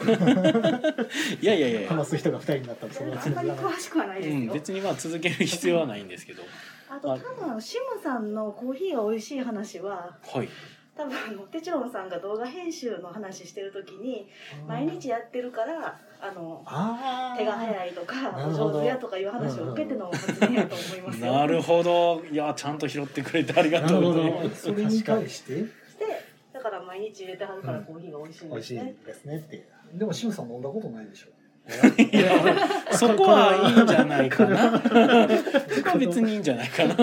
[SPEAKER 1] いやいやいやいや、
[SPEAKER 3] 話す人が二人になったらそんな
[SPEAKER 4] あ
[SPEAKER 3] つも
[SPEAKER 4] んま
[SPEAKER 3] り
[SPEAKER 4] り
[SPEAKER 3] はない
[SPEAKER 4] 詳しくはないうです
[SPEAKER 1] ん、
[SPEAKER 4] よ。
[SPEAKER 1] 別にまあ続ける必要はないんですけど
[SPEAKER 4] あと多分シムさんのコーヒーが美味しい話は、
[SPEAKER 1] はい
[SPEAKER 4] 多分あのテチロンさんが動画編集の話してる時に。毎日やってるからあの
[SPEAKER 3] あー
[SPEAKER 4] 手が早いとか
[SPEAKER 3] な
[SPEAKER 4] お
[SPEAKER 3] るほど
[SPEAKER 4] 上手やとかいう話を受けての発言やと思いますよ。
[SPEAKER 1] なるほどいやちゃんと拾ってくれてありがとうござい
[SPEAKER 3] なる
[SPEAKER 1] ま
[SPEAKER 3] ほ
[SPEAKER 1] す
[SPEAKER 3] ど
[SPEAKER 2] それに対して、
[SPEAKER 4] でだから毎日入れてはるからコーヒーが美味しいん
[SPEAKER 3] 美
[SPEAKER 4] で
[SPEAKER 3] 味
[SPEAKER 4] す
[SPEAKER 3] しい
[SPEAKER 4] ね。
[SPEAKER 3] ですねっていう
[SPEAKER 2] でもシムさん飲んだことないでしょ。
[SPEAKER 1] いやそこはいいんじゃないか なそこは別にいいんじゃないかな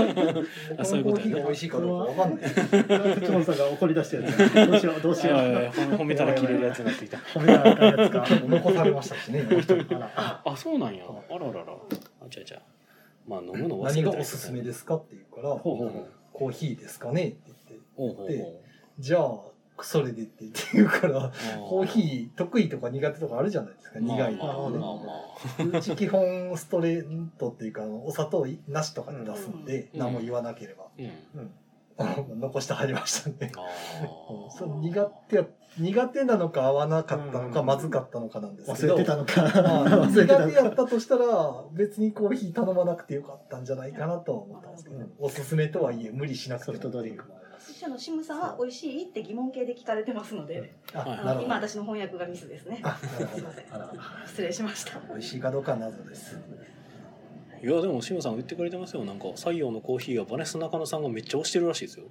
[SPEAKER 1] あそういう
[SPEAKER 2] こ
[SPEAKER 1] こ
[SPEAKER 2] の
[SPEAKER 1] と
[SPEAKER 2] コ
[SPEAKER 1] やね
[SPEAKER 2] ーヒーが美味しいかどうかわかん ない。
[SPEAKER 3] 哲郎さんが怒り出してるやつどうしようどうし
[SPEAKER 1] い
[SPEAKER 3] よ
[SPEAKER 1] やいうや褒めたら切れるやつになってきた
[SPEAKER 3] 褒めなあかんやつか
[SPEAKER 2] 残されましたしね。今一人
[SPEAKER 3] あら
[SPEAKER 1] あそうなんやあらららあちゃちゃまあ飲むの忘れて
[SPEAKER 2] 何がおすすめですかって言うから、
[SPEAKER 1] ほうほうほう
[SPEAKER 2] コーヒーですかねって言って、
[SPEAKER 1] ほうほうほう
[SPEAKER 2] じゃあそれでって言うから、
[SPEAKER 1] あ
[SPEAKER 2] コーヒー得意とか苦手とかあるじゃないですか。苦いと
[SPEAKER 1] まあまあ
[SPEAKER 2] かね
[SPEAKER 1] ま。あまあ
[SPEAKER 2] うち基本ストレートっていうかあのお砂糖なしとかで出すんで、
[SPEAKER 1] うん
[SPEAKER 2] 何も言わなければ、
[SPEAKER 1] うん
[SPEAKER 2] 残して入りましたね
[SPEAKER 1] あー
[SPEAKER 2] そう苦手苦手なのか合わなかったのか、
[SPEAKER 3] うん
[SPEAKER 2] まずかったのかなんですけ
[SPEAKER 3] 忘
[SPEAKER 2] ど
[SPEAKER 3] れてたのか
[SPEAKER 2] まあ
[SPEAKER 3] 忘れてた
[SPEAKER 2] 苦
[SPEAKER 3] の
[SPEAKER 2] 手やったとしたら別にコーヒー頼まなくてよかったんじゃないかなとは思ったんですけど、
[SPEAKER 3] うん
[SPEAKER 2] おすすめとはいえ無理しなくて
[SPEAKER 3] ソ
[SPEAKER 2] も
[SPEAKER 3] フトドリンクもあります
[SPEAKER 4] 師匠のシムさんは美味しいって疑問形で聞かれてますので、
[SPEAKER 2] あ、
[SPEAKER 1] はい
[SPEAKER 2] な
[SPEAKER 4] あ
[SPEAKER 2] る
[SPEAKER 4] の
[SPEAKER 2] ほど
[SPEAKER 4] 今私の翻訳がミスですね。
[SPEAKER 2] あなるほ
[SPEAKER 4] すい
[SPEAKER 2] ど
[SPEAKER 4] ません
[SPEAKER 2] あら
[SPEAKER 4] 失礼しました。
[SPEAKER 2] 美味しいかどうかは謎です
[SPEAKER 1] いやでも志麻さん言ってくれてますよなんか採用のコーヒーはバネス中野さんがめっちゃ推してるらしいですよ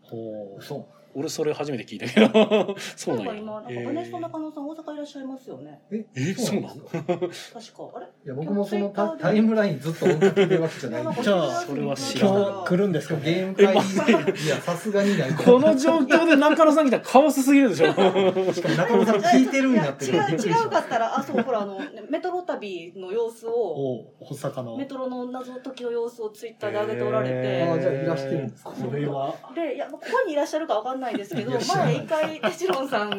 [SPEAKER 3] ほう
[SPEAKER 2] そう
[SPEAKER 1] 俺それ初めて聞いたけど そうなんや
[SPEAKER 4] 例えば今なんか
[SPEAKER 1] え
[SPEAKER 4] バネスト中
[SPEAKER 1] ー
[SPEAKER 4] 野さん大阪いらっしゃいますよね。
[SPEAKER 2] え
[SPEAKER 1] え
[SPEAKER 2] そうなん
[SPEAKER 1] そう
[SPEAKER 2] ですか
[SPEAKER 4] 確かあれ。
[SPEAKER 2] いや僕もそのタ
[SPEAKER 4] ツイッターで
[SPEAKER 2] タイムラインずっと追っかけてるわけじゃないんで
[SPEAKER 3] じゃあ
[SPEAKER 1] それは知らない
[SPEAKER 3] 今日来るんですか
[SPEAKER 2] ゲー
[SPEAKER 3] ね
[SPEAKER 2] ム会いやさすがにない
[SPEAKER 1] この状況で中野さん来たらカオスすぎる でしょ
[SPEAKER 2] しかも中野さん聞いてるんやって
[SPEAKER 4] い
[SPEAKER 2] る
[SPEAKER 4] や違う違うかったらあそうほらあのメトロ旅の様子を。
[SPEAKER 3] おう大阪の
[SPEAKER 4] メトロの謎解きの様子をツイッターで上げておられて、
[SPEAKER 1] へー
[SPEAKER 2] あじゃあいらしてるんですか
[SPEAKER 3] これは
[SPEAKER 4] でいやここにいらっしゃるかわかんないですけど
[SPEAKER 2] いらっしゃらない
[SPEAKER 4] 前一回テチロンさん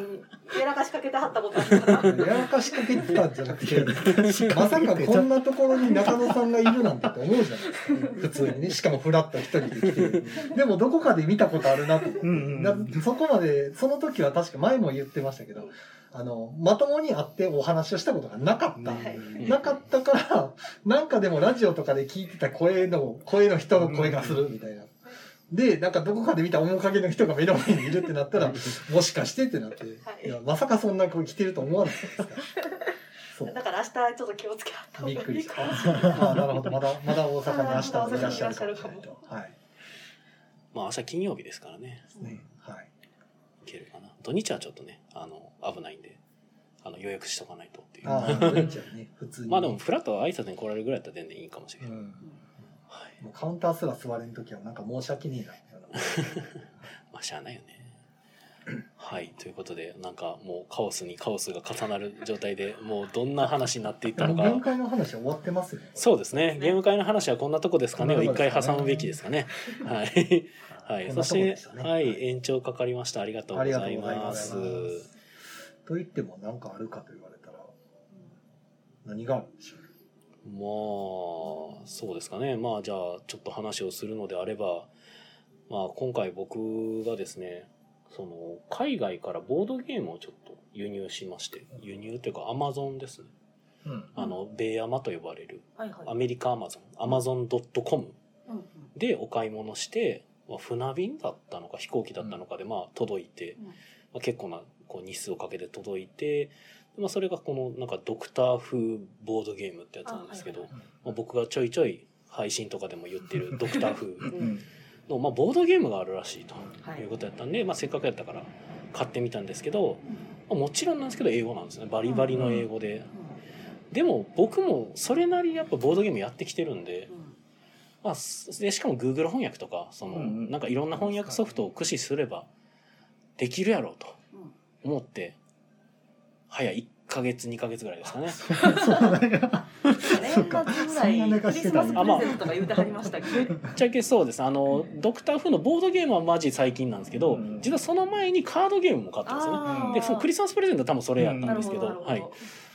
[SPEAKER 4] やらかしかけてはったことあるから
[SPEAKER 2] やらかしかけてたんじゃなくて まさかこんなところに中野さんがいるなんてって思うじゃないですか普通にねしかもフラッと一人で来てでもどこかで見たことあるなと思って
[SPEAKER 3] うんうん
[SPEAKER 2] だってそこまでその時は確か前も言ってましたけどあのまともに会ってお話をしたことがなかった、
[SPEAKER 1] うん
[SPEAKER 2] なかったから、なんかでもラジオとかで聞いてた声の、声の人の声がするみたいな。で、なんかどこかで見た面影の人が目の前にいるってなったら、もしかしてってなって、いや、まさかそんな子来てると思わないですから。そう。
[SPEAKER 4] だから明日ちょっと気をつけはった方
[SPEAKER 2] び
[SPEAKER 4] がい
[SPEAKER 2] っ
[SPEAKER 4] いか
[SPEAKER 2] く
[SPEAKER 4] も
[SPEAKER 2] りした。あなるほど。まだ、まだ大阪に明日もいらっしゃるかもしれないと。はい。
[SPEAKER 1] まあ明日金曜日ですからね
[SPEAKER 2] ね。はい。
[SPEAKER 1] けるかな土日はちょっとねあの危ないんであの予約しとかないとっていう
[SPEAKER 2] ああ、ドイツはね、普通に。
[SPEAKER 1] まあでもフラット挨拶に来られるぐらいだったら全然いいかもしれ
[SPEAKER 2] う
[SPEAKER 1] ない、
[SPEAKER 2] ん。
[SPEAKER 1] はい、
[SPEAKER 2] もうカウンターすら座れんときはなんか申し訳ねえなみたいな。
[SPEAKER 1] まあしゃあないよねはいということでなんかもうカオスにカオスが重なる状態でもうどんな話になっていったの
[SPEAKER 2] 限
[SPEAKER 1] か
[SPEAKER 2] 界の話は終わってますよね。
[SPEAKER 1] そうですねゲーム会の話はこんなとこですかねを
[SPEAKER 2] こん
[SPEAKER 1] 一
[SPEAKER 2] なとこで
[SPEAKER 1] 回
[SPEAKER 2] すかね
[SPEAKER 1] 挟むべきですか ねはいはい、
[SPEAKER 2] こん
[SPEAKER 1] そ
[SPEAKER 2] な
[SPEAKER 1] し
[SPEAKER 2] とこ
[SPEAKER 1] て
[SPEAKER 2] でし、たね
[SPEAKER 1] はい、延長かかりました。ありがとう
[SPEAKER 2] あ
[SPEAKER 1] ご
[SPEAKER 2] りが
[SPEAKER 1] ざ
[SPEAKER 2] とう
[SPEAKER 1] い
[SPEAKER 2] ござい
[SPEAKER 1] ま
[SPEAKER 2] ますす。。と言っても何かあるかと言われたら、何があるんでしょう。
[SPEAKER 1] まあ、そうですかね。まあ、じゃあ、ちょっと話をするのであれば、まあ、今回僕がですね、その、海外からボードゲームをちょっと輸入しまして、輸入というか、アマゾンですね。
[SPEAKER 2] うん。
[SPEAKER 1] あの、米アマと呼ばれる、
[SPEAKER 4] はいはい。
[SPEAKER 1] アメリカアマゾン、アマゾン .com
[SPEAKER 4] うんうん
[SPEAKER 1] でお買い物して、まあ、船便だったのか飛行機だったのかで、まあ、届いて、
[SPEAKER 4] うん
[SPEAKER 1] まあ、結構なこう日数をかけて届いて、まあ、それがこのなんかドクター風ボードゲームってやつなんですけど、
[SPEAKER 4] あはい
[SPEAKER 1] まあ、僕がちょいちょい配信とかでも言って るドクター風
[SPEAKER 2] うん。
[SPEAKER 1] の、まあ、ボードゲームがあるらしいと
[SPEAKER 4] はい
[SPEAKER 1] いうことやったんで、まあ、せっかくやったから買ってみたんですけど、まあ、もちろんなんですけど英語なんですねバリバリの英語で、でも僕もそれなりやっぱボードゲームやってきてるんで
[SPEAKER 4] う,、んうん
[SPEAKER 1] まあ、すでしかも Google 翻訳とかその、
[SPEAKER 3] うんうん
[SPEAKER 1] なんかいろんな翻訳ソフトを駆使すればできるやろうと
[SPEAKER 4] うん
[SPEAKER 1] 思って早1ヶ月2ヶ月ぐらいです かね。
[SPEAKER 4] 年末ぐらいクリスマスプレゼントとか言うてはりましたっけど
[SPEAKER 1] ぶっちゃけそうですあのドクター風のボードゲームはマジ最近なんですけど、
[SPEAKER 3] うん
[SPEAKER 1] 実はその前にカードゲームも買ったんですよね
[SPEAKER 3] あー
[SPEAKER 1] でそのクリスマスプレゼントは多分それやったんですけど,、
[SPEAKER 4] なるほどな
[SPEAKER 1] は
[SPEAKER 4] る
[SPEAKER 1] い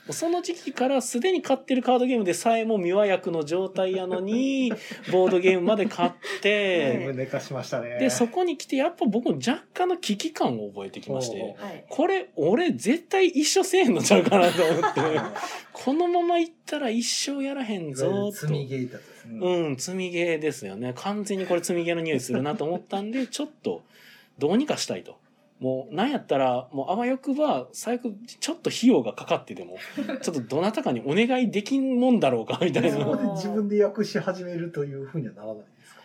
[SPEAKER 4] ほ、
[SPEAKER 1] その時期からすでに買ってるカードゲームでさえも未和訳の状態やのにボードゲームまで買っ
[SPEAKER 3] だい
[SPEAKER 1] て
[SPEAKER 3] ぶ寝かしましたね。
[SPEAKER 1] でそこに来てやっぱ僕も若干の危機感を覚えてきまし
[SPEAKER 3] ほう
[SPEAKER 1] て
[SPEAKER 3] ほ
[SPEAKER 4] どはい
[SPEAKER 1] これ俺絶対一生せえへんのちゃうかなと思って このままいったら一生やらへんぞ
[SPEAKER 2] いわゆる
[SPEAKER 1] ー
[SPEAKER 2] 積
[SPEAKER 1] と
[SPEAKER 2] みゲータですね。
[SPEAKER 3] うん
[SPEAKER 1] うん、積みゲーですよね。完全にこれ積みゲーの匂いするなと思った んで、ちょっとどうにかしたいと。もう、なんやったら、もうあわよくば、最悪、ちょっと費用がかかって でも、ちょっとどなたかにお願いできんもんだろうか、みたい
[SPEAKER 2] そ
[SPEAKER 1] な。
[SPEAKER 2] こ
[SPEAKER 1] う
[SPEAKER 2] で自分で訳し始めるというふうにはならないんですか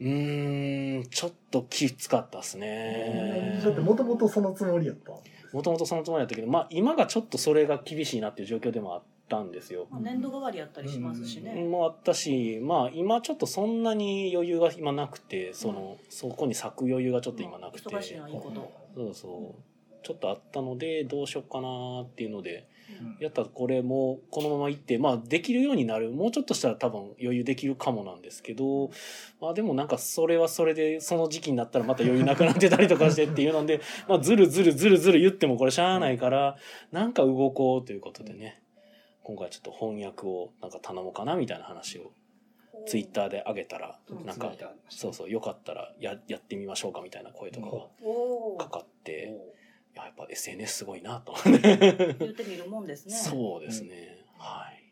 [SPEAKER 1] ーん、ちょっときつかったですね。
[SPEAKER 2] だってもともとそのつもりやったんです
[SPEAKER 1] もともとそのつもりだったけど、まあ今がちょっとそれが厳しいなっていう状況でもあったんですよ。
[SPEAKER 4] まあ年度替わりやったりしますしね
[SPEAKER 1] もあったし、まあ今ちょっとそんなに余裕が今なくて、その、そこに咲く余裕がちょっと今なくて。
[SPEAKER 4] 忙しいのはいいこと
[SPEAKER 1] そうそう。ちょっとあったので、どうしようかなっていうので、
[SPEAKER 3] うん
[SPEAKER 1] やったらこれもこのまま行って、まあできるようになる。もうちょっとしたら多分余裕できるかもなんですけど、まあでもなんかそれはそれで、その時期になったらまた余裕なくなってたりとかしてっていうの で、まあずるずるずるずる言ってもこれしゃあないから、なんか動こうということでね、今回ちょっと翻訳をなんか頼もうかなみたいな話をツイッターで上げたら
[SPEAKER 4] うん、
[SPEAKER 1] なんか、そうそう、よかったらややってみましょうかみたいな声とか
[SPEAKER 4] お
[SPEAKER 1] がか
[SPEAKER 4] ー
[SPEAKER 1] かって、いややっぱ SNS すごいなと、
[SPEAKER 4] 言ってみるもんですね
[SPEAKER 1] そうですね、はい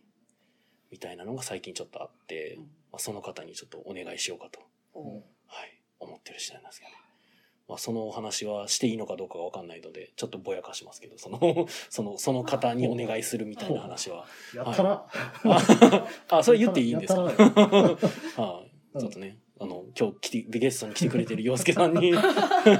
[SPEAKER 1] みたいなのが最近ちょっとあって、
[SPEAKER 4] うん
[SPEAKER 1] まあ、その方にちょっとお願いしようかと、
[SPEAKER 4] おー
[SPEAKER 1] はい、思ってる次第なんですけどね、まあ、そのお話はしていいのかどうかが分かんないのでちょっとぼやかしますけどそのそのその方にお願いするみたいな話は
[SPEAKER 3] やったら、
[SPEAKER 1] あそれ言っていいんですか、
[SPEAKER 3] や
[SPEAKER 1] は
[SPEAKER 3] ったら
[SPEAKER 1] い、ちょっとねあの今日来てゲストに来てくれてる洋介さん に、は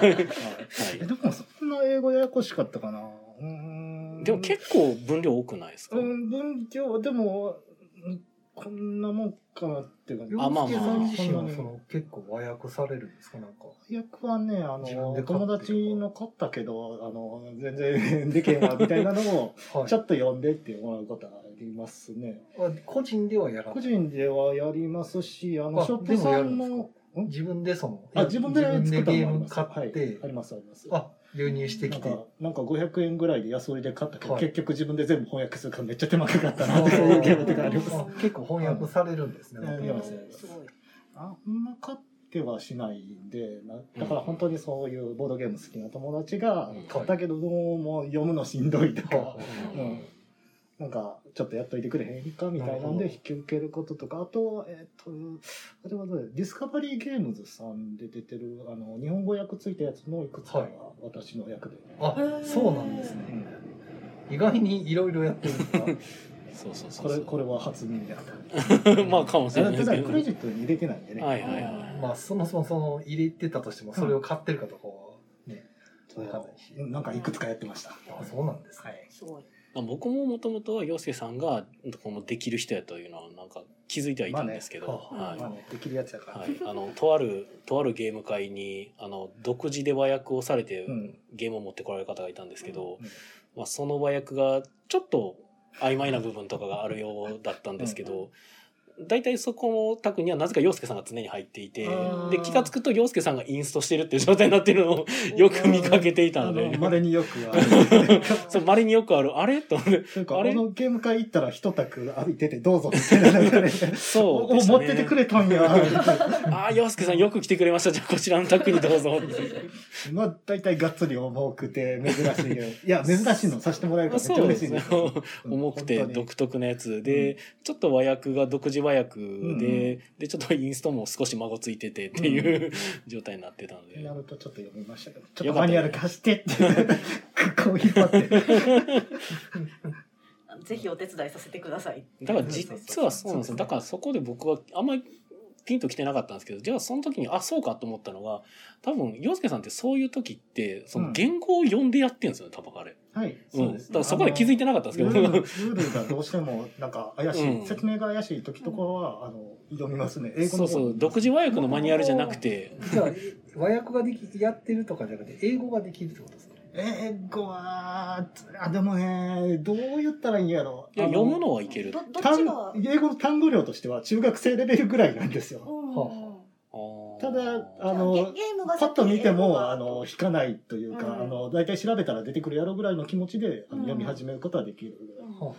[SPEAKER 3] えでもそんな英語ややこしかったかな。うーん
[SPEAKER 1] い、でも結構分量多くないですか、
[SPEAKER 3] うん、分量でも、うんこんなもんかなって感じ。
[SPEAKER 1] あまあまあ
[SPEAKER 2] 洋介さん自身はその結構和訳されるんですかなんか。
[SPEAKER 3] 役はね、あ
[SPEAKER 2] 自分
[SPEAKER 3] の
[SPEAKER 2] で、買って
[SPEAKER 3] 友達の買ったけど、あの、全然でけんわ、みたいなのを、
[SPEAKER 2] はい
[SPEAKER 3] ちょっと読んでってもらうことはありますね。
[SPEAKER 2] あ個人ではやらな
[SPEAKER 3] 個
[SPEAKER 2] い。
[SPEAKER 3] 人ではやりますし、あの、
[SPEAKER 2] あ
[SPEAKER 3] ショップさ
[SPEAKER 2] で
[SPEAKER 3] ん
[SPEAKER 2] もやるんで
[SPEAKER 3] の、ん
[SPEAKER 2] 自分でその、
[SPEAKER 3] あ、自分で
[SPEAKER 2] 自分
[SPEAKER 3] 作った
[SPEAKER 2] でゲー
[SPEAKER 3] のもあり
[SPEAKER 2] ム
[SPEAKER 3] ます。
[SPEAKER 2] 買って
[SPEAKER 3] はい、あ、ります、あります。
[SPEAKER 2] あ、輸入して
[SPEAKER 3] な
[SPEAKER 2] き
[SPEAKER 3] ん
[SPEAKER 2] て。
[SPEAKER 3] か、なんか500円ぐらいで安売りで買ったけど、
[SPEAKER 2] はい
[SPEAKER 3] 結局自分で全部翻訳するからめっちゃ手間かかったな
[SPEAKER 2] あ
[SPEAKER 3] っていうゲームとかあります。
[SPEAKER 2] あ結構翻訳されるんですね。
[SPEAKER 3] うん
[SPEAKER 2] なんか
[SPEAKER 3] やります
[SPEAKER 4] おーすごい
[SPEAKER 3] あんま買ってはしないんで、なだから本当にそういうボードゲーム好きな友達が
[SPEAKER 1] うん、
[SPEAKER 3] 買ったけどどうも読むのしんどいとか
[SPEAKER 2] は、
[SPEAKER 3] うんなんかちょっとやっといてくれへんかみたいな
[SPEAKER 2] な
[SPEAKER 3] ん
[SPEAKER 2] るほど
[SPEAKER 3] で引き受けることとか、あと、えっと、あれはどうやディスカバリーゲームズさんで出てる、あの、日本語訳ついたやつのいくつかが
[SPEAKER 2] はい
[SPEAKER 3] 私の役で。
[SPEAKER 2] あ
[SPEAKER 4] へー、
[SPEAKER 2] そうなんですね。
[SPEAKER 3] うん
[SPEAKER 2] 意外にいろいろやってるんだ。
[SPEAKER 1] そうそうそ
[SPEAKER 3] こ
[SPEAKER 1] うそ
[SPEAKER 3] れ、
[SPEAKER 1] う
[SPEAKER 3] これは初耳だった。
[SPEAKER 1] まあかもしれ
[SPEAKER 3] た
[SPEAKER 1] ないですけ
[SPEAKER 3] だ
[SPEAKER 1] ど
[SPEAKER 3] クレジットに入れてないんでね。
[SPEAKER 1] はいはいはい
[SPEAKER 2] まあそもそもその入れてたとしてもそれを買ってるかとかはね、
[SPEAKER 3] 届かないし、なんかいくつかやってました。
[SPEAKER 2] あそうなんですね
[SPEAKER 3] はい。
[SPEAKER 4] すごい。
[SPEAKER 1] まあ、僕ももともとは陽介さんがこのできる人やというのはなんか気づいてはいたんですけど、
[SPEAKER 2] ま
[SPEAKER 1] はい
[SPEAKER 3] まあね、できるやつだから。
[SPEAKER 1] はい、あのとあるとあるゲーム会にあの独自で和訳をされて
[SPEAKER 3] うん。
[SPEAKER 1] ゲームを持ってこられる方がいたんですけど、
[SPEAKER 3] うんうん
[SPEAKER 1] まあ、その和訳がちょっと曖昧な部分とかがあるようだったんですけど大体そこのタクにはなぜか陽介さんが常に入っていて
[SPEAKER 3] あー
[SPEAKER 1] で気が付くと陽介さんがインストしてるっていう状態になってるのをよく見かけていた
[SPEAKER 3] あ
[SPEAKER 1] の
[SPEAKER 3] の、
[SPEAKER 1] で
[SPEAKER 3] まれによくは。
[SPEAKER 1] そう稀によくあるあれと思って
[SPEAKER 3] というか、
[SPEAKER 1] あ
[SPEAKER 3] あ
[SPEAKER 1] れ
[SPEAKER 3] のゲーム会行ったら、ひとたく歩いてて、どうぞ、みたいななんかね。
[SPEAKER 1] そ
[SPEAKER 3] お
[SPEAKER 1] うでした
[SPEAKER 3] 持っ
[SPEAKER 1] ね
[SPEAKER 3] ててくれたんや。
[SPEAKER 1] ああ陽介さんよく来てくれましたじゃあこちらのタクにどうぞって
[SPEAKER 3] まあ、大体がっつり重くて、珍しいよ。いや、珍しいのさせてもらえるから、めっ
[SPEAKER 1] そ
[SPEAKER 3] ちゃ
[SPEAKER 1] うで
[SPEAKER 3] 嬉
[SPEAKER 1] す
[SPEAKER 3] しいで
[SPEAKER 1] ね
[SPEAKER 3] す。うん
[SPEAKER 1] 重くて
[SPEAKER 3] 本当に
[SPEAKER 1] 独特なやつで、ちょっと和訳が独自和訳で、
[SPEAKER 3] ん
[SPEAKER 1] でちょっとインストも少し孫ついててっていう、 状態になってたので
[SPEAKER 3] なるとちょっと読みましたけど、ちょっとマニュアル貸してって、 こう引っ張って。
[SPEAKER 4] ぜひお手伝いさせてください。
[SPEAKER 1] だから実はそうなんですよだからそこで僕はあんまりピンときてなかったんですけどじゃあその時にあそうかと思ったのが多分洋介さんってそういう時ってその原稿を読んでやってるんですよね多分あれ、
[SPEAKER 3] は
[SPEAKER 1] う
[SPEAKER 3] い、
[SPEAKER 1] ん
[SPEAKER 3] そうです、
[SPEAKER 1] だからそこで気づいてなかったんですけど、
[SPEAKER 3] ル ールルールがどうしてもなんか怪しい、
[SPEAKER 1] うん
[SPEAKER 3] 説明が怪しい時とかはあの読みますね英語
[SPEAKER 1] そ
[SPEAKER 3] の
[SPEAKER 1] う
[SPEAKER 3] 方
[SPEAKER 1] そう独自和訳のマニュアルじゃなくて
[SPEAKER 2] じゃあ和訳ができやってるとかじゃなくて英語ができるってことですか
[SPEAKER 3] 英語はあでもねどう言ったらいいんやろ
[SPEAKER 1] いや
[SPEAKER 3] あの
[SPEAKER 1] 読むのはいける
[SPEAKER 4] どどっち
[SPEAKER 3] 単
[SPEAKER 4] が。
[SPEAKER 3] 英語の単語量としては中学生レベルぐらいなんですよ
[SPEAKER 4] うん
[SPEAKER 2] は
[SPEAKER 1] あー
[SPEAKER 3] ただあ
[SPEAKER 4] あ
[SPEAKER 3] の
[SPEAKER 4] ゲゲームが
[SPEAKER 3] パッ
[SPEAKER 4] 先
[SPEAKER 3] と見て
[SPEAKER 4] 英語が
[SPEAKER 3] もあの引かないというか、
[SPEAKER 4] うん
[SPEAKER 3] あの大体調べたら出てくるやろぐらいの気持ちで、あの
[SPEAKER 4] うん
[SPEAKER 3] 読み始めることはできる、
[SPEAKER 4] うん
[SPEAKER 2] は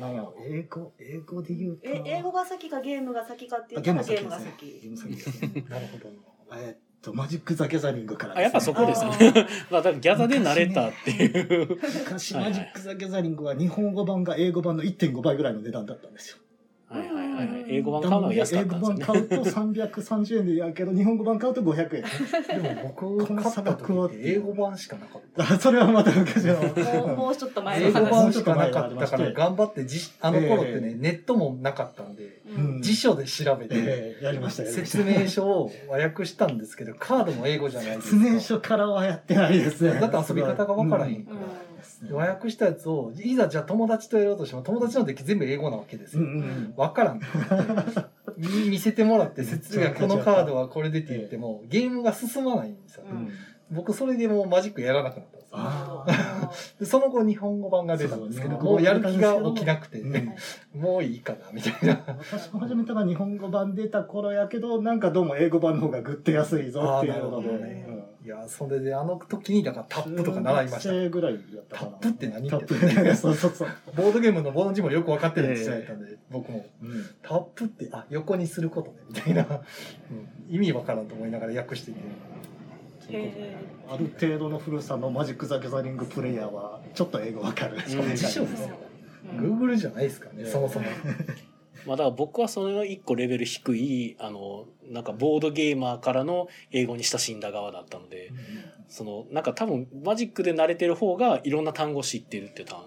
[SPEAKER 2] あは
[SPEAKER 3] なんやろ英語英語で言うと
[SPEAKER 4] え英語が先かゲームが先かってい
[SPEAKER 3] あ
[SPEAKER 4] うのは
[SPEAKER 3] ゲ
[SPEAKER 4] ゲ
[SPEAKER 3] ーム
[SPEAKER 4] ーム
[SPEAKER 3] が
[SPEAKER 4] が
[SPEAKER 3] 先ですねゲ
[SPEAKER 4] 先。
[SPEAKER 3] ーム先ですね
[SPEAKER 2] あなるほどな
[SPEAKER 3] えーっと、マジック・ザ・ギャザリングから
[SPEAKER 1] あやっぱそこですね
[SPEAKER 4] あー
[SPEAKER 1] まあ、だからギャザで慣れたっていう、
[SPEAKER 3] 昔、
[SPEAKER 1] はいは
[SPEAKER 3] マ
[SPEAKER 1] い
[SPEAKER 3] ジック・ザ・ギャザリングは日本語版が英語版の1.5倍ぐらいの値段だったんですよ。
[SPEAKER 1] はいはいはいはい
[SPEAKER 4] うん
[SPEAKER 1] 英語版買うのが安かったん
[SPEAKER 3] 英
[SPEAKER 1] で
[SPEAKER 3] 語
[SPEAKER 1] すよ
[SPEAKER 3] 版
[SPEAKER 1] ね
[SPEAKER 3] 買うと330円でやるけど、日本語版買うと500円。
[SPEAKER 2] でも僕買った時って英語版しかなかった
[SPEAKER 3] あそれはまた昔の。
[SPEAKER 4] もうもうちょっと前
[SPEAKER 2] 英
[SPEAKER 4] の
[SPEAKER 2] 語
[SPEAKER 4] 話。
[SPEAKER 2] 版しかなかったから頑張ってじあの頃ってね、ネットもなかったんで
[SPEAKER 4] う
[SPEAKER 3] うんん
[SPEAKER 2] 辞書で調べて、
[SPEAKER 3] ええやりました、やりました。
[SPEAKER 2] 説明書を和訳したんですけどカードも英語じゃないです
[SPEAKER 3] 説
[SPEAKER 2] か
[SPEAKER 3] 明書からはやってないですね。
[SPEAKER 2] だって遊び方がわからへん
[SPEAKER 3] う
[SPEAKER 2] から、
[SPEAKER 3] うん
[SPEAKER 2] 和訳したやつをいざじゃあ友達とやろうとしても友達の時全部英語なわけです
[SPEAKER 3] う
[SPEAKER 2] よ、
[SPEAKER 3] んうん
[SPEAKER 2] わから んみ見せてもらって説明がこのカードはこれでって言ってもゲームが進まないんですよ、
[SPEAKER 3] うん。うん
[SPEAKER 2] 僕それでもうマジックやらなくなったんですよ
[SPEAKER 3] あ
[SPEAKER 2] でその後日本語版が出たんですけど
[SPEAKER 3] そうそう
[SPEAKER 2] もうやる気が起きなくて、
[SPEAKER 3] うん
[SPEAKER 2] もういいかなみたいな
[SPEAKER 3] 私も始めたのは日本語版出た頃やけど、なんかどうも英語版の方がグッと安いぞっていうので
[SPEAKER 2] あーなるほど
[SPEAKER 4] ね
[SPEAKER 3] うん
[SPEAKER 2] いやそれであの時にだからタップとか習いました
[SPEAKER 3] 中学生ぐらいやったかな
[SPEAKER 2] タップって何
[SPEAKER 3] タッ
[SPEAKER 2] って
[SPEAKER 3] プそうそうそう。
[SPEAKER 2] ボードゲームのボード字もよく分かってるってやったんで、僕も
[SPEAKER 3] うん。
[SPEAKER 2] タップってあ横にすることねみたいな、うん意味わからんと思いながら訳してて
[SPEAKER 4] へ
[SPEAKER 3] ある程度の古さのマジック・ザ・ギャザリングプレイヤーはちょっと英語わか
[SPEAKER 1] ん
[SPEAKER 3] る。
[SPEAKER 2] 辞書ですよ Google じゃないですからね、
[SPEAKER 3] うん
[SPEAKER 2] そもそも
[SPEAKER 1] まあ、だから僕はその一個レベル低いあのなんかボードゲーマーからの英語に親しんだ側だったのでそのなんか多分マジックで慣れてる方がいろんな単語知ってるって単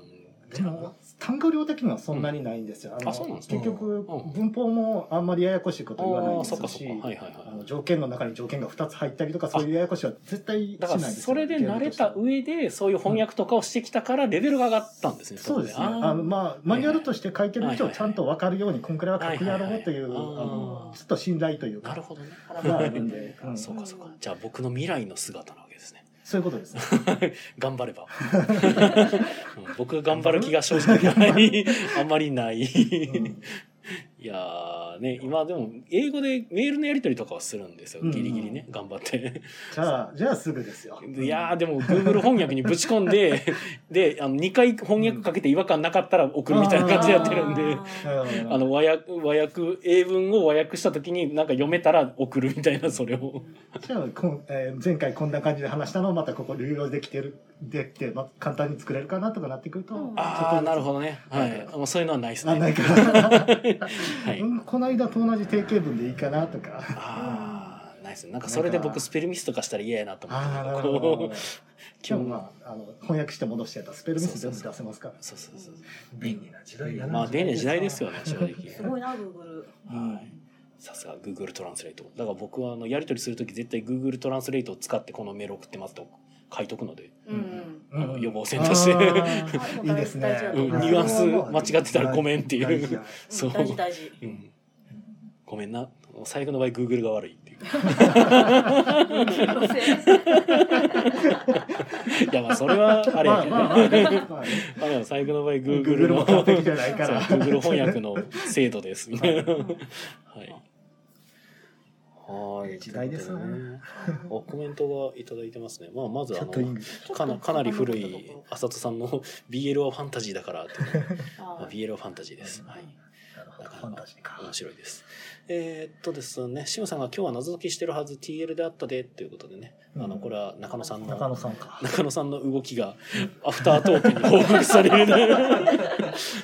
[SPEAKER 3] でも単語量的にはそんなにないんですよ。の
[SPEAKER 1] あそうなんです
[SPEAKER 2] か
[SPEAKER 3] 結
[SPEAKER 1] う
[SPEAKER 3] 局
[SPEAKER 1] ん
[SPEAKER 3] 文法もあんまりややこしいこと言わない
[SPEAKER 1] ああ
[SPEAKER 3] で
[SPEAKER 1] そっか
[SPEAKER 3] す
[SPEAKER 1] そっ
[SPEAKER 3] し
[SPEAKER 1] か、はいはい
[SPEAKER 3] あ
[SPEAKER 1] は
[SPEAKER 3] の条件の中に条件が2つ入ったりとかそういうややこしいは絶対し
[SPEAKER 1] いだ
[SPEAKER 3] な
[SPEAKER 1] か
[SPEAKER 3] い
[SPEAKER 1] ら
[SPEAKER 3] ですよ。
[SPEAKER 1] それで慣れた上でそういう翻訳とかをしてきたからレベルが上がったんですね
[SPEAKER 3] そうですね。
[SPEAKER 1] 多分
[SPEAKER 3] あのまあマニュアルとして書いてる人をちゃんと分かるようにこんくらいは書くやろうという
[SPEAKER 1] は
[SPEAKER 3] あ
[SPEAKER 1] いはいはい
[SPEAKER 3] のちょっと信頼という
[SPEAKER 1] な
[SPEAKER 3] か
[SPEAKER 1] るほどね
[SPEAKER 4] 腹
[SPEAKER 3] があ
[SPEAKER 4] が
[SPEAKER 3] るんで、うん
[SPEAKER 1] そうかそうかじゃあ僕の未来の姿なわけですね
[SPEAKER 3] そういうことですね。
[SPEAKER 1] 頑張れ ばうん僕が頑張る気が正直ないあんまりない、
[SPEAKER 3] うん
[SPEAKER 1] いやーね今でも英語でメールのやり取りとかはするんですよ
[SPEAKER 3] うん
[SPEAKER 1] ギリギリね頑張って
[SPEAKER 3] じゃあ、じゃあすぐですよ。
[SPEAKER 1] いやーでも Google 翻訳にぶち込ん でであの2回翻訳かけて違和感なかったら送るみたいな感じでやってるんで。
[SPEAKER 3] なるほどなるほど
[SPEAKER 1] あの和訳和訳英文を和訳した時になんか読めたら送るみたいなそれを
[SPEAKER 3] じゃあこん、えー前回こんな感じで話したのをまたここ流用できてる、できて、まあ、簡単に作れるかなとかなってくると、
[SPEAKER 4] うん
[SPEAKER 1] ああなる
[SPEAKER 3] ど。
[SPEAKER 1] ほどねはいもうそういうのはないですね
[SPEAKER 3] あ、ないか。、
[SPEAKER 1] はいう
[SPEAKER 3] ん、この間と同じ定型文でいいかなとか。
[SPEAKER 1] ああないですねなんかそれで
[SPEAKER 3] なん
[SPEAKER 1] 僕
[SPEAKER 3] か
[SPEAKER 1] スペルミスとかしたら嫌やなと思って
[SPEAKER 3] ああ、
[SPEAKER 1] な
[SPEAKER 3] なん
[SPEAKER 1] か
[SPEAKER 3] るほどなるほ
[SPEAKER 1] こ
[SPEAKER 3] ど。
[SPEAKER 1] う
[SPEAKER 3] 今日
[SPEAKER 1] 今日
[SPEAKER 3] まあ、あの、翻訳して戻してやったらスペルミス全部出せますから。
[SPEAKER 1] そうそうそう
[SPEAKER 2] 便利な時代やな
[SPEAKER 1] まあ便利な時代ですよね正 直
[SPEAKER 4] すごいな Google。
[SPEAKER 1] はいさすが Google トランスレートだから僕はあのやり取りする時絶対 Google トランスレートを使ってこのメール送ってますと書いとくので、
[SPEAKER 4] うんうん
[SPEAKER 1] あの予防線として
[SPEAKER 4] あもう大
[SPEAKER 3] いいですね
[SPEAKER 4] 大事だと
[SPEAKER 1] う
[SPEAKER 4] 思
[SPEAKER 1] ん
[SPEAKER 4] い
[SPEAKER 1] ニ
[SPEAKER 4] ます
[SPEAKER 1] ュアンス間違ってたらごめんってい
[SPEAKER 2] 大
[SPEAKER 1] う
[SPEAKER 2] 事や
[SPEAKER 1] そう
[SPEAKER 4] 大事 大事
[SPEAKER 1] うんごめんな最悪の場合 Google が悪いっていう いやまあそれはあれやけどね、
[SPEAKER 3] まあまあねまあね
[SPEAKER 1] まあでも最悪の場合 Google
[SPEAKER 3] Google も
[SPEAKER 1] の
[SPEAKER 3] 完璧じゃないから。
[SPEAKER 1] そう Google 翻訳の制度ですみたいな。はい。はい。
[SPEAKER 3] 時代ですね
[SPEAKER 1] ということでね。おコメントがいただいてますね。まあまず
[SPEAKER 3] ち
[SPEAKER 1] あ
[SPEAKER 3] ょっといい
[SPEAKER 1] の
[SPEAKER 3] んで
[SPEAKER 1] かなかなり古い浅田さんの BL はファンタジーだからっていうのがま
[SPEAKER 4] あ
[SPEAKER 1] あ BL はファンタジーです。はい。
[SPEAKER 3] なるほどファンタジーか。
[SPEAKER 1] 面白いです。えーっとですね、シムさんが今日は謎解きしてるはず TL であったでっていうことでね、あのこれは中野さんの
[SPEAKER 3] 中野さんか。
[SPEAKER 1] 中野さんの動きがアフタートークに報告される ね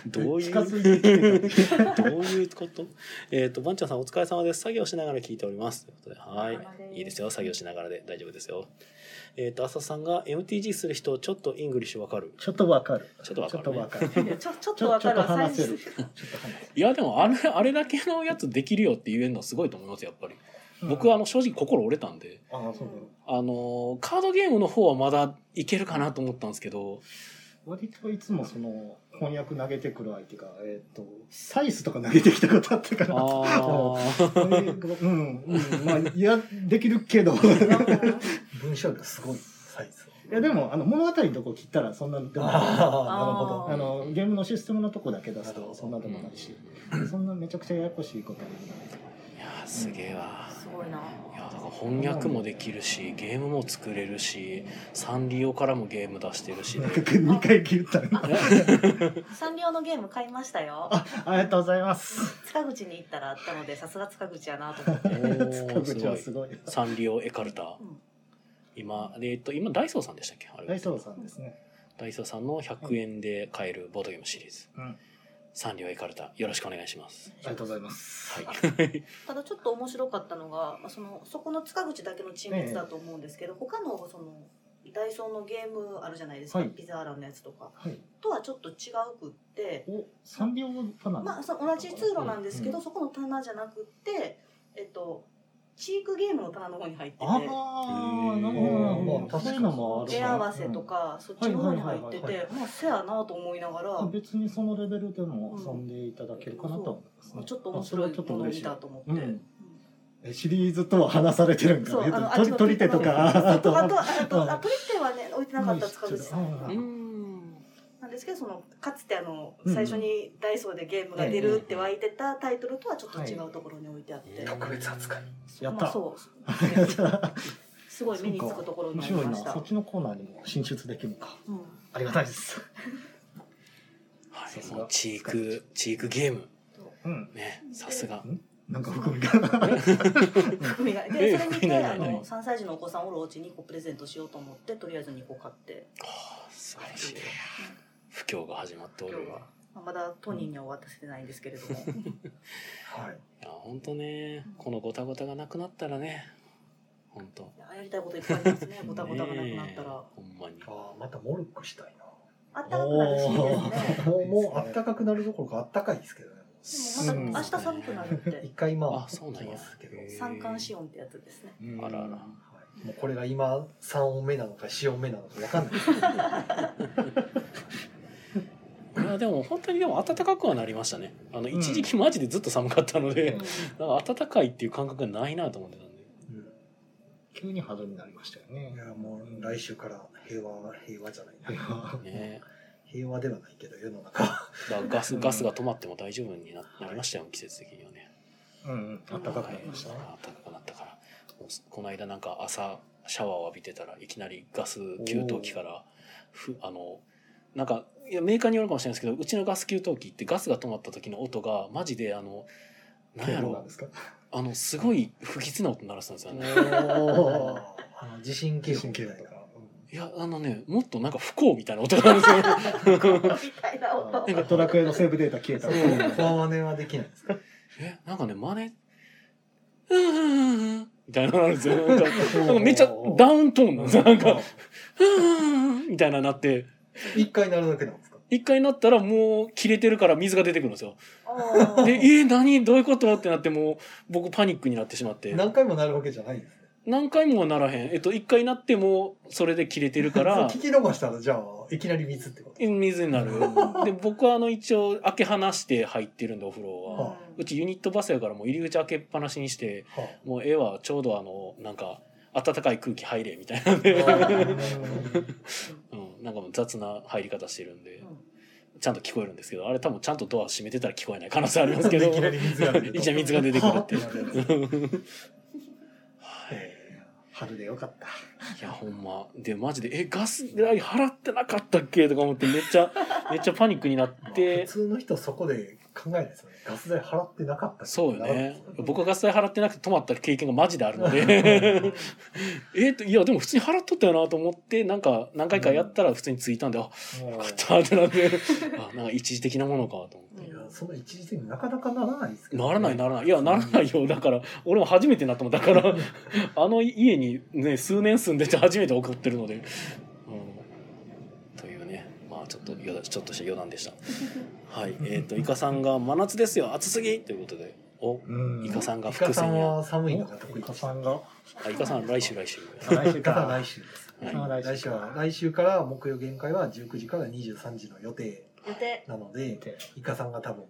[SPEAKER 1] どういう
[SPEAKER 3] 近づいてきてた。
[SPEAKER 1] どういうことえっ、と、ばんちゃんさんお疲れ様です。作業しながら聞いております。ということで、は
[SPEAKER 4] お疲れ様で
[SPEAKER 1] い。
[SPEAKER 4] す
[SPEAKER 1] いいですよ。作業しながらで大丈夫ですよ。えっ、と、浅田さんが MTG する人、ちょっとイングリッシュわかる。
[SPEAKER 3] ちょっとわかる。
[SPEAKER 1] ちょっとわかるね
[SPEAKER 3] ちょっとわかる。ちょ
[SPEAKER 4] いやちょ ちょっ
[SPEAKER 3] ち
[SPEAKER 4] と
[SPEAKER 3] ょっ
[SPEAKER 4] わかる
[SPEAKER 3] と
[SPEAKER 4] わ
[SPEAKER 3] 話せる。
[SPEAKER 4] 最
[SPEAKER 3] ちょっと話せる。
[SPEAKER 1] いや、でも、あれ、 あれだけのやつできるよって言えるのはすごいと思います、やっぱり。僕は、あの、正直心折れたんで、
[SPEAKER 3] ああ、そうだ。
[SPEAKER 1] あのー、カードゲームの方はまだいけるかなと思ったんですけど、
[SPEAKER 3] 割といつもその翻訳投げてくる相手が、えっ、と、サイスとか投げてきた ことあったから。
[SPEAKER 1] ああ、
[SPEAKER 3] うん、うん、うんまあ、いや、できるけど。い
[SPEAKER 2] 文章量すごいサイズ
[SPEAKER 3] や、でも、あの、物語のとこ切ったら、そんなでもない
[SPEAKER 2] ああ
[SPEAKER 3] あの、ゲームのシステムのとこだけ出す
[SPEAKER 2] なるほ
[SPEAKER 3] と、
[SPEAKER 2] ど
[SPEAKER 3] そんなでもないし。そんなめちゃくちゃややこしいことはない
[SPEAKER 1] いや、すげえわ。
[SPEAKER 4] すごいない
[SPEAKER 1] やだから翻訳もできるしゲームも作れるしサンリオからもゲーム出してる し、
[SPEAKER 3] なんか二回言ったの。
[SPEAKER 4] サンリオのゲーム買いましたよ
[SPEAKER 3] ありがとうございます。
[SPEAKER 4] 塚口に行ったらあったのでさすが塚口やなと 思って
[SPEAKER 1] おー
[SPEAKER 3] 塚口はすごい。
[SPEAKER 1] サンリオエカルタ
[SPEAKER 4] うん
[SPEAKER 1] 今えっと今ダイソーさんでしたっけあれ
[SPEAKER 3] 大層さんですね。
[SPEAKER 1] ダイソーさんの100円で買えるボードゲームシリーズ
[SPEAKER 3] うん。あ
[SPEAKER 1] サンリオエカルタよろしくお願いします
[SPEAKER 3] りがとうございます。
[SPEAKER 1] はい
[SPEAKER 4] ただちょっと面白かったのがまあそのそこの塚口だけの陳列だと思うんですけど、他のそのダイソーのゲームあるじゃないですか、
[SPEAKER 3] はい
[SPEAKER 4] ピザーラのやつとか
[SPEAKER 3] はい。
[SPEAKER 4] とはちょっと違うくって
[SPEAKER 3] お、三秒かな。
[SPEAKER 4] まあ、その同じ通路なんですけど、
[SPEAKER 3] う
[SPEAKER 4] そこの棚じゃなくって、えっと、チークゲームの棚の方に入ってて
[SPEAKER 1] ー
[SPEAKER 3] ああ、なる
[SPEAKER 2] まあ
[SPEAKER 3] ほ
[SPEAKER 2] 確かに
[SPEAKER 3] ど。そういうのもある
[SPEAKER 4] 手合わせと。か、そっちの方に入って
[SPEAKER 3] はいはいはい
[SPEAKER 4] てまあせやなと思いながら、
[SPEAKER 3] うん別にそのレベルでも遊んでいただけるかなとは思いますね。
[SPEAKER 4] ちょっと
[SPEAKER 3] あ
[SPEAKER 4] 面白い
[SPEAKER 3] それはちょっと
[SPEAKER 4] ものを
[SPEAKER 3] 嬉し
[SPEAKER 4] 見
[SPEAKER 3] い
[SPEAKER 4] た。と思って。
[SPEAKER 3] うんえシリーズとは話されてるん
[SPEAKER 4] そう
[SPEAKER 3] か。えっ
[SPEAKER 4] あの
[SPEAKER 3] と
[SPEAKER 4] あっち
[SPEAKER 3] 取
[SPEAKER 4] の
[SPEAKER 3] り取り手とか。あ
[SPEAKER 4] とかあ
[SPEAKER 3] と
[SPEAKER 4] と、あと、あ
[SPEAKER 3] うん
[SPEAKER 4] トリッテはね、置いてなかった塚口さん
[SPEAKER 3] うん
[SPEAKER 4] が
[SPEAKER 1] う。ーん
[SPEAKER 4] なんですけど、その、かつてあの、
[SPEAKER 3] うん
[SPEAKER 4] 最初にダイソーでゲームが出るって湧いてたタイトルとはちょっと違うところに置いてあって。
[SPEAKER 1] は
[SPEAKER 2] 特別扱い
[SPEAKER 3] やっ
[SPEAKER 4] まあ、
[SPEAKER 3] た。
[SPEAKER 4] そう。すごい目につ
[SPEAKER 3] そう
[SPEAKER 4] く
[SPEAKER 3] か
[SPEAKER 4] ところに
[SPEAKER 3] 面
[SPEAKER 4] なり
[SPEAKER 3] 白い
[SPEAKER 4] ま
[SPEAKER 3] な。
[SPEAKER 4] した
[SPEAKER 3] そっ。ちのコーナーにも進出できるか。
[SPEAKER 4] うん
[SPEAKER 3] ありがたいです。
[SPEAKER 1] はい
[SPEAKER 3] さすが
[SPEAKER 1] もうチークチークゲーム
[SPEAKER 3] うん。
[SPEAKER 1] ねさすが
[SPEAKER 3] なんか含みが。
[SPEAKER 4] 含みが
[SPEAKER 1] ええ
[SPEAKER 4] でそれに
[SPEAKER 1] 含みが
[SPEAKER 4] て
[SPEAKER 1] な
[SPEAKER 4] あ
[SPEAKER 1] い
[SPEAKER 4] の3歳児のお子さんおるお家に1個プレゼントしようと思ってとりあえず2個買って
[SPEAKER 1] 素晴らしい不況が始まってお
[SPEAKER 4] 今日
[SPEAKER 1] る
[SPEAKER 4] は
[SPEAKER 1] わ
[SPEAKER 4] まあまだトニーには渡せてないんですけれど も
[SPEAKER 2] はい
[SPEAKER 1] いや本当ねこのごたごたがなくなったらね本当
[SPEAKER 4] やりたいこといっぱいありますねボタボタがなくなった
[SPEAKER 1] ね
[SPEAKER 4] ら
[SPEAKER 1] えほんまに
[SPEAKER 2] ああまたモルックしたいな
[SPEAKER 4] あったかくなるしいいですね
[SPEAKER 2] もうもうあったかくなるどころかあったかいですけどね
[SPEAKER 4] で
[SPEAKER 3] う
[SPEAKER 4] も
[SPEAKER 3] ん
[SPEAKER 4] また明日寒くなるっ
[SPEAKER 2] 一
[SPEAKER 4] て
[SPEAKER 2] 回ま
[SPEAKER 1] あ
[SPEAKER 2] あ
[SPEAKER 1] そうなんや
[SPEAKER 2] 来ますけど、
[SPEAKER 1] へえ
[SPEAKER 4] 三寒四温ってやつですね
[SPEAKER 3] うん
[SPEAKER 1] あらあら
[SPEAKER 2] はいもうこれが今3音目なのか4音目なのか分かんないですけど
[SPEAKER 1] いやでも本当にでも暖かくはなりましたねあの一時期マジでずっと寒かったので、なんか暖かいっていう感覚がないなと思ってたんで
[SPEAKER 3] 急にハードルになりましたよ
[SPEAKER 2] うんい
[SPEAKER 3] ね。
[SPEAKER 2] やもう来週から平和平和じゃないな
[SPEAKER 1] ね
[SPEAKER 2] 平和ではないけど世の中は
[SPEAKER 1] だからガス、
[SPEAKER 3] うん
[SPEAKER 1] ガスが止まっても大丈夫にななりましたよ季節的にはね
[SPEAKER 3] うんうん。あったかくなりましたね。
[SPEAKER 1] はい暖かくなったからもうこの間なんか朝シャワーを浴びてたらいきなりガス給湯器からふあのなんかいやメーカーによるかもしれないですけどうちのガス給湯器ってガスが止まった時の音がマジであのなんや
[SPEAKER 3] どうなん
[SPEAKER 1] ろ
[SPEAKER 3] ですか。
[SPEAKER 1] あのすごい不吉な音鳴らすんですよね
[SPEAKER 3] おー
[SPEAKER 2] あの地震警報みたいな
[SPEAKER 3] 地震警報とか
[SPEAKER 1] いや、あのね、もっとなんか不幸みたいな音があるんですよ。
[SPEAKER 4] みたいな 音
[SPEAKER 3] なんかドラクエのセーブデータ消えた。
[SPEAKER 2] 不安はねはできないですか
[SPEAKER 1] え、なんかね、真似、 うんうんうんうんみたいなのあるんですよ。なんかなんかめっちゃダウントーンなんですよ。なんか、 うんうんうんみたいななって、
[SPEAKER 2] 一回なるだけなんですか
[SPEAKER 1] 一回なったらもう切れてるから水が出てくるんです よ。
[SPEAKER 4] あ
[SPEAKER 1] で、
[SPEAKER 4] ー
[SPEAKER 1] えー、何どういうことってなってもう僕パニックになってしまって。
[SPEAKER 2] 何回もなるわけじゃないんですね
[SPEAKER 1] 何回もはならへん。えっと、一回なっても、それで切れてるか ら
[SPEAKER 2] 聞、き逃したらじゃあいきなり水 ってこと
[SPEAKER 1] 水になる。で、僕はあの、一応、開け放して入ってるんで、お風呂は。
[SPEAKER 2] は
[SPEAKER 1] うちユニットバスやから、もう入り口開けっぱなしにして、
[SPEAKER 2] は
[SPEAKER 1] もう絵はちょうどあの、なんか、暖かい空気入れ、みたいなんで、うん、なんかもう雑な入り方してるんで、ちゃんと聞こえるんですけど、あれ多分ちゃんとドア閉めてたら聞こえない可能性あります けど、
[SPEAKER 2] いきなり水が出ると
[SPEAKER 1] いきなり水が出てくるって いう。
[SPEAKER 2] え
[SPEAKER 3] 春でよかった。
[SPEAKER 1] いや、ほんま。で、マジで、え、ガス代払ってなかったっけとか思って、めっちゃ、めっちゃパニックになっ
[SPEAKER 2] ー普
[SPEAKER 1] て、
[SPEAKER 2] 通の人そこで考えないですよねガス代払ってなかったっけ
[SPEAKER 1] そうよね。僕はガス代払ってなくて止まった経験がマジであるので、 えっと、いや、でも普通に払っとったよなと思って、なんか、何回かやったら普通に着いたんで、あ、よ
[SPEAKER 3] もう
[SPEAKER 1] かったってな って、あ、なんか一時的なものかと思って。
[SPEAKER 2] いやその一時的になかなかならないですけどね、
[SPEAKER 1] ならないならない。いや、ならないよ。だから、俺も初めてなったもん。だ から、あの家にね、数年住んでて初めて怒ってるので。うん。というね。まあ、ちょっと余談、ちょっとした余談でした。はい。えっ、と、イカさんが、真夏ですよ。暑すぎということで。お、
[SPEAKER 3] うん。
[SPEAKER 1] イカさんが
[SPEAKER 2] イカ
[SPEAKER 1] 伏
[SPEAKER 2] さ
[SPEAKER 1] 線
[SPEAKER 2] ん
[SPEAKER 1] や。
[SPEAKER 2] は寒いのが得
[SPEAKER 3] イ
[SPEAKER 2] 意
[SPEAKER 3] カ
[SPEAKER 2] です
[SPEAKER 3] さんが。
[SPEAKER 1] あ、イカさん、来週来週。
[SPEAKER 3] 来週
[SPEAKER 2] イカさん
[SPEAKER 3] か
[SPEAKER 2] 来週です
[SPEAKER 1] はい。
[SPEAKER 3] ら。
[SPEAKER 2] 来週は来週から木曜限界は19時から23時の予定
[SPEAKER 4] 予定
[SPEAKER 2] なので
[SPEAKER 3] て
[SPEAKER 2] イカさんが多分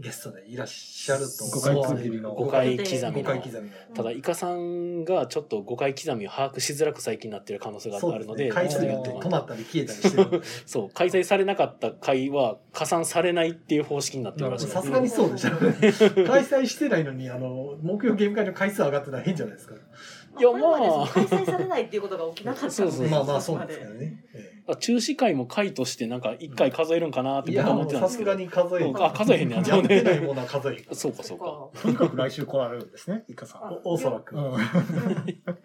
[SPEAKER 2] ゲストでいらっしゃると
[SPEAKER 3] 誤解
[SPEAKER 2] 思わ
[SPEAKER 3] 区切りの
[SPEAKER 1] 誤解刻み
[SPEAKER 2] 誤
[SPEAKER 1] の
[SPEAKER 2] 解。刻みの
[SPEAKER 1] ただ、イカさんがちょっと誤解刻みを把握しづらく最近なってる可能性が
[SPEAKER 2] そ
[SPEAKER 1] あ
[SPEAKER 2] う
[SPEAKER 1] る
[SPEAKER 2] です
[SPEAKER 1] の
[SPEAKER 2] ね
[SPEAKER 1] で、
[SPEAKER 2] 回
[SPEAKER 1] ちょっ
[SPEAKER 2] 数
[SPEAKER 1] と
[SPEAKER 2] に
[SPEAKER 1] 言
[SPEAKER 2] よ
[SPEAKER 1] っ
[SPEAKER 2] ってて
[SPEAKER 1] もら
[SPEAKER 2] 止まったり消えたりしてるので
[SPEAKER 1] そう、開催されなかった会は加算されないっていう方式になってるらしいんで
[SPEAKER 2] さすがにそうでしたね 開催してないのにあの木曜ゲーム会の回数上がってたら変じゃないですか
[SPEAKER 1] いや
[SPEAKER 4] これまで
[SPEAKER 1] まあ
[SPEAKER 4] 開催されないっていうことが起きなかったの
[SPEAKER 1] そう
[SPEAKER 4] で
[SPEAKER 2] まあまあそうなんですけど
[SPEAKER 4] ね
[SPEAKER 2] ね、え
[SPEAKER 1] あ中止会も会としてなんか1回数えるんかなっ
[SPEAKER 2] え
[SPEAKER 1] て
[SPEAKER 2] い
[SPEAKER 1] 僕
[SPEAKER 2] や
[SPEAKER 1] は
[SPEAKER 2] も
[SPEAKER 1] 思っ
[SPEAKER 2] う
[SPEAKER 1] てたん
[SPEAKER 2] さ
[SPEAKER 1] です
[SPEAKER 2] す
[SPEAKER 1] け
[SPEAKER 2] が
[SPEAKER 1] ど
[SPEAKER 2] に数え
[SPEAKER 1] そうかあ数えへんねや
[SPEAKER 2] やってないものは数えへんから
[SPEAKER 1] そうかそうか
[SPEAKER 3] とにかく来週来られるんですね、イカさん。
[SPEAKER 2] おおそらく、
[SPEAKER 3] うん。
[SPEAKER 4] あ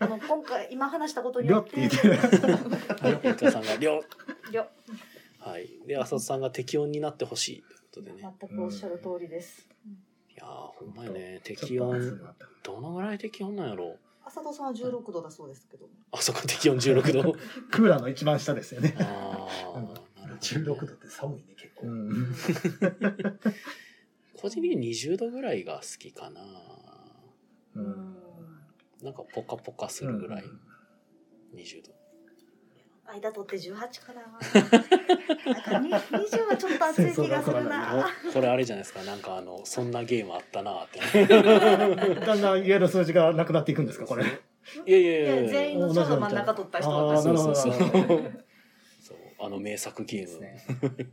[SPEAKER 4] の今回今話したことに
[SPEAKER 3] りょ
[SPEAKER 4] よ
[SPEAKER 3] っ
[SPEAKER 4] ってて
[SPEAKER 3] 言ってる。
[SPEAKER 1] ゆかさんが「りょ
[SPEAKER 4] りょ」
[SPEAKER 1] はいで浅田さんが適温になってほしいということでね
[SPEAKER 4] 全くおっしゃる通りです
[SPEAKER 1] いやーほんまやね適温どのぐらい適温なんやろう
[SPEAKER 4] 浅田さんは16度だそうですけど
[SPEAKER 1] あそこ適温16度
[SPEAKER 3] クーラーの一番下ですよね。
[SPEAKER 1] ああなる
[SPEAKER 2] 16
[SPEAKER 1] ほど
[SPEAKER 2] 度
[SPEAKER 1] ね
[SPEAKER 2] って寒いね結構、
[SPEAKER 3] うん。
[SPEAKER 1] 個人的に20度ぐらいが好きかな
[SPEAKER 3] う
[SPEAKER 4] うん
[SPEAKER 3] ん。
[SPEAKER 1] なんかポカポカするぐらい
[SPEAKER 3] うん
[SPEAKER 1] 20度
[SPEAKER 4] 間取って18かななんかに20はちょっと暑い気がするな
[SPEAKER 1] これあれじゃないですかなんかあのそんなゲームあったなーって
[SPEAKER 3] だんだん言える数字がなくなっていくんですか、これ。
[SPEAKER 1] いやいや
[SPEAKER 4] い
[SPEAKER 1] いやい
[SPEAKER 4] や
[SPEAKER 1] や
[SPEAKER 4] 全員の人の真ん中取った人は 私
[SPEAKER 1] そうそうそう
[SPEAKER 3] あーなるほど
[SPEAKER 1] そうあの名作ゲ
[SPEAKER 3] いいで
[SPEAKER 1] ー
[SPEAKER 3] す
[SPEAKER 1] ム
[SPEAKER 3] ね。
[SPEAKER 4] うん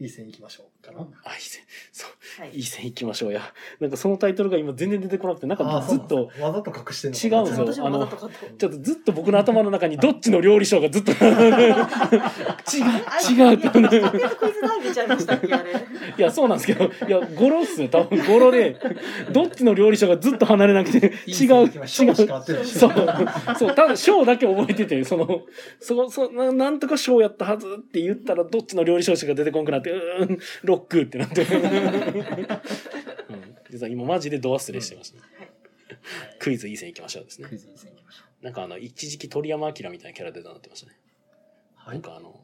[SPEAKER 3] いい線いきましょう。かな。
[SPEAKER 1] あいい線そう
[SPEAKER 4] はい
[SPEAKER 1] いい線いきましょうやなんかそのタイトルが今全然出てこなくてなんか
[SPEAKER 2] あー
[SPEAKER 1] ずっと
[SPEAKER 2] そうなんですわざと隠してる
[SPEAKER 1] 違うんですよ
[SPEAKER 4] 私もまだとかと
[SPEAKER 1] ちょっとずっと僕の頭の中にどっちの料理賞がずっと違う違うって
[SPEAKER 4] いや家庭クイズダービーちゃいましたっ けあれ。
[SPEAKER 1] いやそうなんですけどいや語呂っすね多分語呂でどっちの料理賞がずっと離れなくて違う違う
[SPEAKER 2] ショーしか合ってない
[SPEAKER 1] そうそうただ賞だけ覚えててそのそそななんとか賞やったはずって言ったらどっちの料理賞しか出てこんくなってうーんロックってなって、うん、実は今マジでド忘れしてました、クイズいい線いきましょうですね
[SPEAKER 3] クイズいい線いきましょ
[SPEAKER 1] なんかあの一時期鳥山明みたいなキャラ出たなってましたね、
[SPEAKER 2] は
[SPEAKER 1] なん
[SPEAKER 2] い
[SPEAKER 1] かあの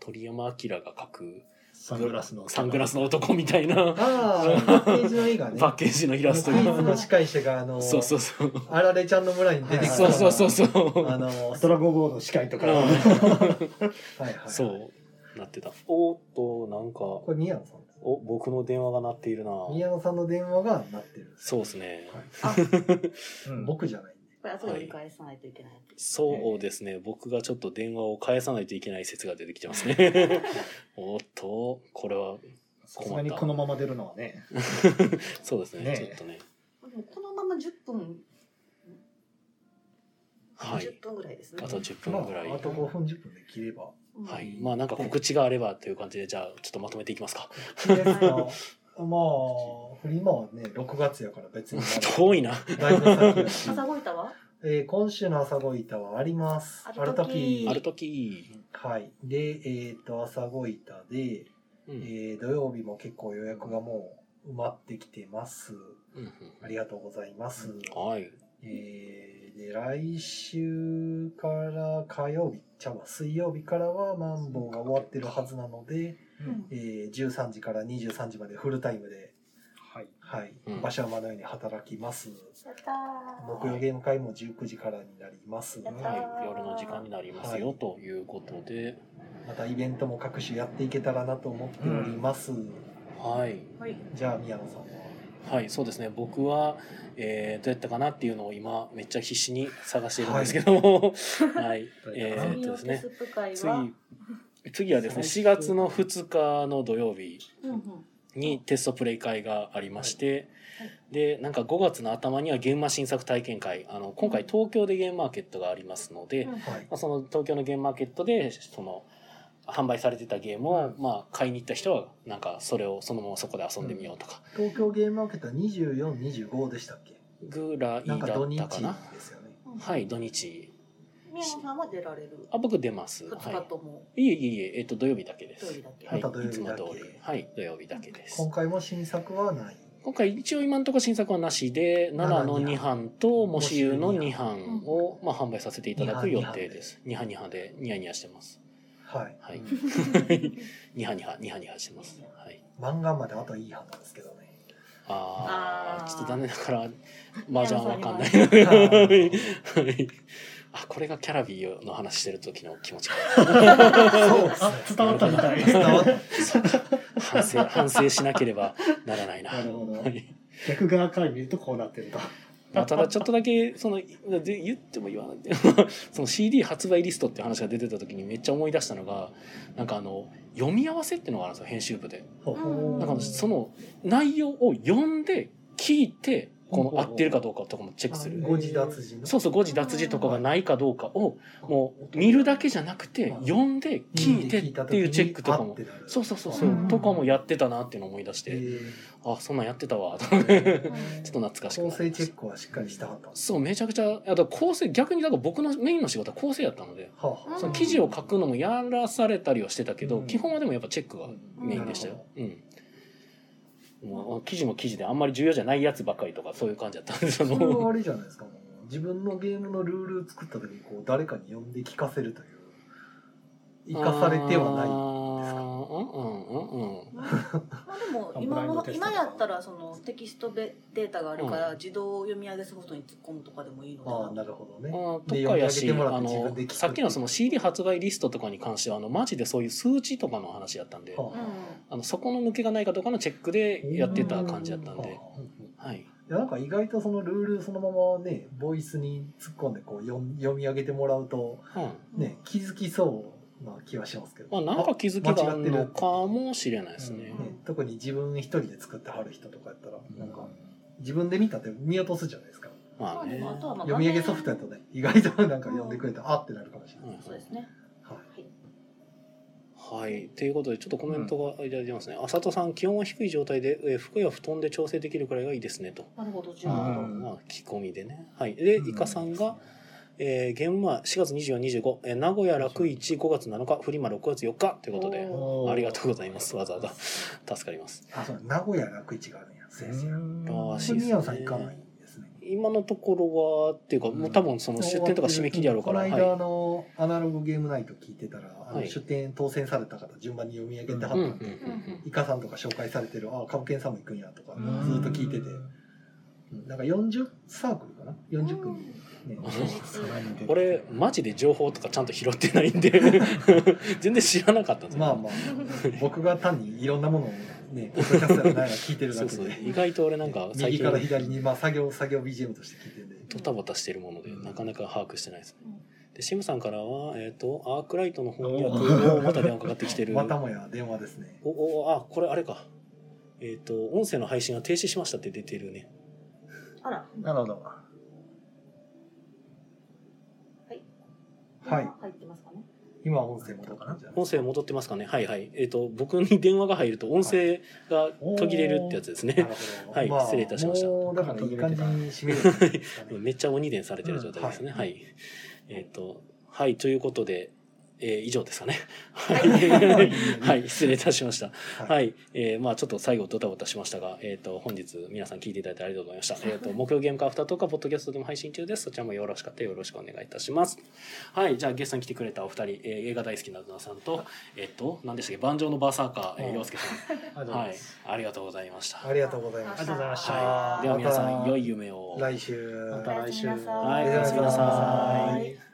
[SPEAKER 1] 鳥山明が描く
[SPEAKER 3] う。サングラスの。
[SPEAKER 1] サングラスの男みたいな
[SPEAKER 2] ああ パッケージの映画ね
[SPEAKER 1] パッケージのイラスト
[SPEAKER 2] クイ
[SPEAKER 1] が
[SPEAKER 2] ズの司会者があの
[SPEAKER 1] そうそうそう
[SPEAKER 2] あられちゃんの村に出てきた
[SPEAKER 1] そうそうそうそう
[SPEAKER 2] あの
[SPEAKER 3] ドラゴンボールの司会とか。
[SPEAKER 2] はいはい
[SPEAKER 1] そうなってたおーっとなんか
[SPEAKER 2] これ宮野さんです
[SPEAKER 1] お僕の電話が鳴っているな
[SPEAKER 2] 宮野さんの電話が鳴ってる
[SPEAKER 1] そうですね、
[SPEAKER 2] はい
[SPEAKER 3] うん
[SPEAKER 2] 僕じゃないんで
[SPEAKER 4] これ後で見返さないといけない。
[SPEAKER 1] そうですね、僕がちょっと電話を返さないといけない説が出てきてますねおっとこれは
[SPEAKER 3] さすがにこのまま出るのはね。
[SPEAKER 1] そうですね
[SPEAKER 3] ねえ
[SPEAKER 1] ちょっとね
[SPEAKER 4] でもこのまま10分、
[SPEAKER 1] はい
[SPEAKER 4] 10分ぐらいですね
[SPEAKER 1] あ。と10
[SPEAKER 2] まあ
[SPEAKER 1] 分ぐらい、
[SPEAKER 2] あと5分10分で切れば
[SPEAKER 4] うん
[SPEAKER 1] はい、まあなんか告知があればという感じでじゃあちょっとまとめていきますか
[SPEAKER 2] いいですか まあフリマはね6月やから 別に
[SPEAKER 1] 遠いな
[SPEAKER 2] だいぶ先やし
[SPEAKER 4] 朝ごいたは
[SPEAKER 2] えー今週の朝ごいたはあります
[SPEAKER 4] ある時
[SPEAKER 1] ある時、
[SPEAKER 2] はいでえっと朝ごいたで
[SPEAKER 1] うん
[SPEAKER 2] えー土曜日も結構予約がもう埋まってきてます。
[SPEAKER 1] うんうん
[SPEAKER 2] ありがとうございます。
[SPEAKER 1] はい
[SPEAKER 2] えーで来週から火曜日、ちゃうわ水曜日からはマンボウが終わってるはずなので、
[SPEAKER 3] うん
[SPEAKER 2] えー13時から23時までフルタイムで
[SPEAKER 3] はい。
[SPEAKER 2] はい、
[SPEAKER 1] うん
[SPEAKER 2] 馬車馬のように働きます。
[SPEAKER 4] やったー
[SPEAKER 2] 木曜ゲーム会も19時からになります。
[SPEAKER 4] やった
[SPEAKER 1] は
[SPEAKER 4] ー
[SPEAKER 2] ま
[SPEAKER 1] い、夜の時間になりますよ、
[SPEAKER 2] はい
[SPEAKER 1] ということで、
[SPEAKER 2] たイベントも各種やっていけたらなと思っております。
[SPEAKER 1] はい、
[SPEAKER 4] はい。
[SPEAKER 2] じゃあ宮野さんは
[SPEAKER 1] はい、そうですね。僕は、えーどうやったかなっていうのを今めっちゃ必死に探しているんですけども、 はい、え
[SPEAKER 3] どうやったかな
[SPEAKER 1] ーっとですね
[SPEAKER 4] ス、ープ会
[SPEAKER 1] 次
[SPEAKER 4] は、
[SPEAKER 1] 次はですね、4
[SPEAKER 3] 最初
[SPEAKER 1] 月の2日の土曜日
[SPEAKER 4] うんうん
[SPEAKER 1] にテストプレイ会がありまして、で、なんか5月の頭にはゲームマ新作体験会、あの今回東京でゲームマーケットがありますので、
[SPEAKER 4] う
[SPEAKER 2] は
[SPEAKER 4] ん
[SPEAKER 2] い
[SPEAKER 1] まあその東京のゲームマーケットでその販売されてたゲームを、まあ、買いに行った人はなんかそれをそのままそこで遊んでみようとか
[SPEAKER 2] 東京ゲームマーケットは24、25でしたっけ？
[SPEAKER 1] ぐらいだ
[SPEAKER 2] な
[SPEAKER 1] っ
[SPEAKER 2] んか土日
[SPEAKER 1] たかな
[SPEAKER 2] ですよね。
[SPEAKER 1] はい土日
[SPEAKER 4] 宮野さんは出られる。
[SPEAKER 1] あ僕出ます
[SPEAKER 4] 二
[SPEAKER 1] は
[SPEAKER 4] 日とも。
[SPEAKER 1] いいえいえいええっと土曜日だけです
[SPEAKER 4] 土曜日だけ
[SPEAKER 1] はい
[SPEAKER 2] また土曜
[SPEAKER 1] いつ
[SPEAKER 2] 日
[SPEAKER 1] も
[SPEAKER 2] だけ
[SPEAKER 1] 通りはい土曜日だけです
[SPEAKER 2] 今回も新作はない。
[SPEAKER 1] 今回一応今のところ新作はなしで
[SPEAKER 2] 奈
[SPEAKER 1] 奈
[SPEAKER 2] 良
[SPEAKER 1] 良の
[SPEAKER 2] 二
[SPEAKER 1] 2
[SPEAKER 2] 班
[SPEAKER 1] 班と喪主の2班をまあ販売させていただく予定です2班2班でニヤニヤしてます
[SPEAKER 2] はい。
[SPEAKER 1] は
[SPEAKER 4] う
[SPEAKER 1] い
[SPEAKER 4] ん
[SPEAKER 1] 2班2班2班2班してますはい
[SPEAKER 2] 漫画まであといいはずなんですけどね。
[SPEAKER 1] ああ
[SPEAKER 4] あー
[SPEAKER 1] ちょっと残念なが ら麻雀わかんない
[SPEAKER 4] 宮
[SPEAKER 2] 野さんには
[SPEAKER 1] はい あこれがキャラビーの話してる時の気持ち
[SPEAKER 2] そうですね
[SPEAKER 3] あ、伝わったみたい。
[SPEAKER 2] 伝わっ
[SPEAKER 1] 反省 反省しなければならないな
[SPEAKER 3] なるほど
[SPEAKER 1] は。い
[SPEAKER 3] 逆側から見るとこうなってると。
[SPEAKER 1] まあ、ただちょっとだけそので言っても言わない でその CD 発売リストっていう話が出てた時にめっちゃ思い出したのがなんかあの読み合わせっていうのがあるんですよ編集部で。
[SPEAKER 4] うん
[SPEAKER 1] なんかその内容を読んで聞いてこの合ってるかどうかとかもチェックする。
[SPEAKER 2] 誤字脱字の。
[SPEAKER 1] そうそう誤字脱字とかがないかどうかをもう見るだけじゃなくて読んで聞いてっていうチェックとかもそうそうそうそううんとかもやってたなっていうのを思い出し
[SPEAKER 2] え
[SPEAKER 1] てあそんなんやってたわ ちょっ
[SPEAKER 2] ー
[SPEAKER 1] と懐かしく
[SPEAKER 2] 構
[SPEAKER 1] なりま
[SPEAKER 2] 成チェ
[SPEAKER 1] し
[SPEAKER 2] ッ
[SPEAKER 1] た
[SPEAKER 2] クはしっかりしたかったんです
[SPEAKER 1] そうめちゃくちゃあと構成逆にだから僕のメインの仕事は構成やったので
[SPEAKER 2] はあはあ
[SPEAKER 1] その記事を書くのもやらされたりはしてたけど
[SPEAKER 3] うん
[SPEAKER 1] 基本はでもやっぱチェックがメインでしたようんもう記事も記事であんまり重要じゃないやつばっかりとかそういう感じだったんです
[SPEAKER 2] それは
[SPEAKER 1] よ
[SPEAKER 2] あれじゃないですかもう自分のゲームのルール作った時にこう誰かに読んで聞かせるという生かされては
[SPEAKER 1] あ
[SPEAKER 2] な
[SPEAKER 1] ー
[SPEAKER 2] い
[SPEAKER 1] うんうんうんうん
[SPEAKER 4] まあでも
[SPEAKER 3] ブ
[SPEAKER 4] 今
[SPEAKER 3] ラインド
[SPEAKER 4] の
[SPEAKER 3] テストとか
[SPEAKER 4] 今やったらそのテキストデータがあるから自動読み上げソフトに突っ込むとかでもいいので
[SPEAKER 2] ああなるほどね
[SPEAKER 1] あ
[SPEAKER 2] で
[SPEAKER 1] ーとかやし
[SPEAKER 2] 読
[SPEAKER 1] あ
[SPEAKER 2] み上げてもらって自分
[SPEAKER 1] の
[SPEAKER 2] で聞く
[SPEAKER 1] さっきのその CD 発売リストとかに関してはあのマジでそういう数値とかの話やったんで、
[SPEAKER 2] は
[SPEAKER 1] あのそこの抜けがないかどうかのチェックでやってた感じだったん
[SPEAKER 2] あはあ
[SPEAKER 1] で、はい、
[SPEAKER 2] いやなんか意外とそのルールそのままねボイスに突っ込んでこう読み読み上げてもらうと
[SPEAKER 1] うん
[SPEAKER 2] ね気づきそうな気はしますけど
[SPEAKER 1] まあ、なんか気づきがある
[SPEAKER 2] 間違
[SPEAKER 1] の
[SPEAKER 2] ってる
[SPEAKER 1] かもしれないですね
[SPEAKER 4] う。ん
[SPEAKER 2] ね特に自分一人で作ってはる人とかやったらなんか自分で見たって見落とすじゃないですか
[SPEAKER 1] まあね、
[SPEAKER 4] まああとはまあ
[SPEAKER 2] 読み上げソフトやとね意外となんか読んでくれたらあってなるかもしれない、
[SPEAKER 1] うん
[SPEAKER 4] そうですね
[SPEAKER 2] はい
[SPEAKER 1] はい、ということでちょっとコメントがいただいてますね。あさとさん気温は低い状態で、えー服や布団で調整できるくらいがいいですねと。
[SPEAKER 4] なるほどじ
[SPEAKER 1] あ
[SPEAKER 4] ゃ
[SPEAKER 1] ー
[SPEAKER 4] あ
[SPEAKER 3] うん
[SPEAKER 1] まあ着込みでね。はい、でイカさんが、えー、ゲームは4月24、25、えー名古屋楽市5月7日、フリマ6月4日ということで、
[SPEAKER 3] おー
[SPEAKER 1] ありがとうございます。わざわざ 助かります。
[SPEAKER 2] あそう名古屋楽市があるんや先生
[SPEAKER 1] らしい
[SPEAKER 2] そ
[SPEAKER 1] ですね
[SPEAKER 2] れ宮野さん行かないんですね
[SPEAKER 1] 今のところはっていうか、もう多分その出店とか締め切りやろうから、
[SPEAKER 2] この
[SPEAKER 1] は
[SPEAKER 2] 間、あ
[SPEAKER 1] い。
[SPEAKER 2] のアナログゲームナイト聞いてたら、あの
[SPEAKER 1] はい
[SPEAKER 2] 出店当選された方順番に読み上げてはった
[SPEAKER 1] うんうんうん
[SPEAKER 2] で、
[SPEAKER 1] ん。
[SPEAKER 2] イカさんとか紹介されてるああカブケンさんも行くんやとか
[SPEAKER 3] うん
[SPEAKER 2] ずっと聞いてて、うんなんか40サークルかな40組、ね
[SPEAKER 1] あ
[SPEAKER 3] うん
[SPEAKER 1] 俺マジで情報とかちゃんと拾ってないんで 全然知らなかったんですよ
[SPEAKER 2] まあまあ 僕が単にいろんなものをねポッドキャストやらないが聞いてる
[SPEAKER 1] そ
[SPEAKER 2] だけ
[SPEAKER 1] う
[SPEAKER 2] で
[SPEAKER 1] そう意外と俺なんか最
[SPEAKER 2] 右
[SPEAKER 1] 近
[SPEAKER 2] から左に、まあ、作業作業 BGM として聞いてるんで
[SPEAKER 1] ドタバタしてるものでなかなか把握してないですね
[SPEAKER 4] うん
[SPEAKER 1] でシムさんからは、えー、とアークライトの翻
[SPEAKER 3] お
[SPEAKER 1] 訳をまた電話かかってきてる
[SPEAKER 2] またもや電話ですね
[SPEAKER 1] おおあこれあれかえっ、と音声の配信が停止しましたって出てるね
[SPEAKER 4] あら
[SPEAKER 3] なるほど。
[SPEAKER 2] はい
[SPEAKER 4] 今入ってますかね
[SPEAKER 2] 今音声戻ったんじゃない
[SPEAKER 1] 音声戻ってますかねはいはいえっ、と僕に電話が入ると音声が途切れるってやつです
[SPEAKER 2] な
[SPEAKER 1] ね
[SPEAKER 2] るほど
[SPEAKER 1] はい失礼いたしました
[SPEAKER 2] もうだからいい感じに締めるんじゃないですかね
[SPEAKER 1] めっちゃ鬼伝されてる状態ですね、はいえっ、とはいということでえー以上です かね。
[SPEAKER 2] は
[SPEAKER 1] はい
[SPEAKER 2] い。
[SPEAKER 1] はい、失礼いたしました。
[SPEAKER 2] は い
[SPEAKER 1] はい、えーまあちょっと最後ドタバタしましたが、えっ、と本日皆さん聞いていただいてありがとうございました。えっ、と目標ゲームカフターとかポッドキャストでも配信中です。そちらもよろしかったらよろしくお願いいたします。はい、じゃあゲストに来てくれたお二人、えー映画大好きなうなさんと、えっ、と何でしたっけ、盤上のバーサーカー、えー、
[SPEAKER 3] うん
[SPEAKER 1] 洋介さ
[SPEAKER 3] ありがとうご
[SPEAKER 1] ん。
[SPEAKER 3] ざい
[SPEAKER 1] はいありがとうござい
[SPEAKER 3] ます。、
[SPEAKER 1] ました。
[SPEAKER 2] ありがとうございま
[SPEAKER 3] あ
[SPEAKER 2] し
[SPEAKER 3] りがとうございました
[SPEAKER 1] はい、では皆さん良い夢を。
[SPEAKER 2] た。来週。
[SPEAKER 3] また来週
[SPEAKER 4] おやすみなさ
[SPEAKER 1] はい
[SPEAKER 2] おやすみなさい
[SPEAKER 4] はい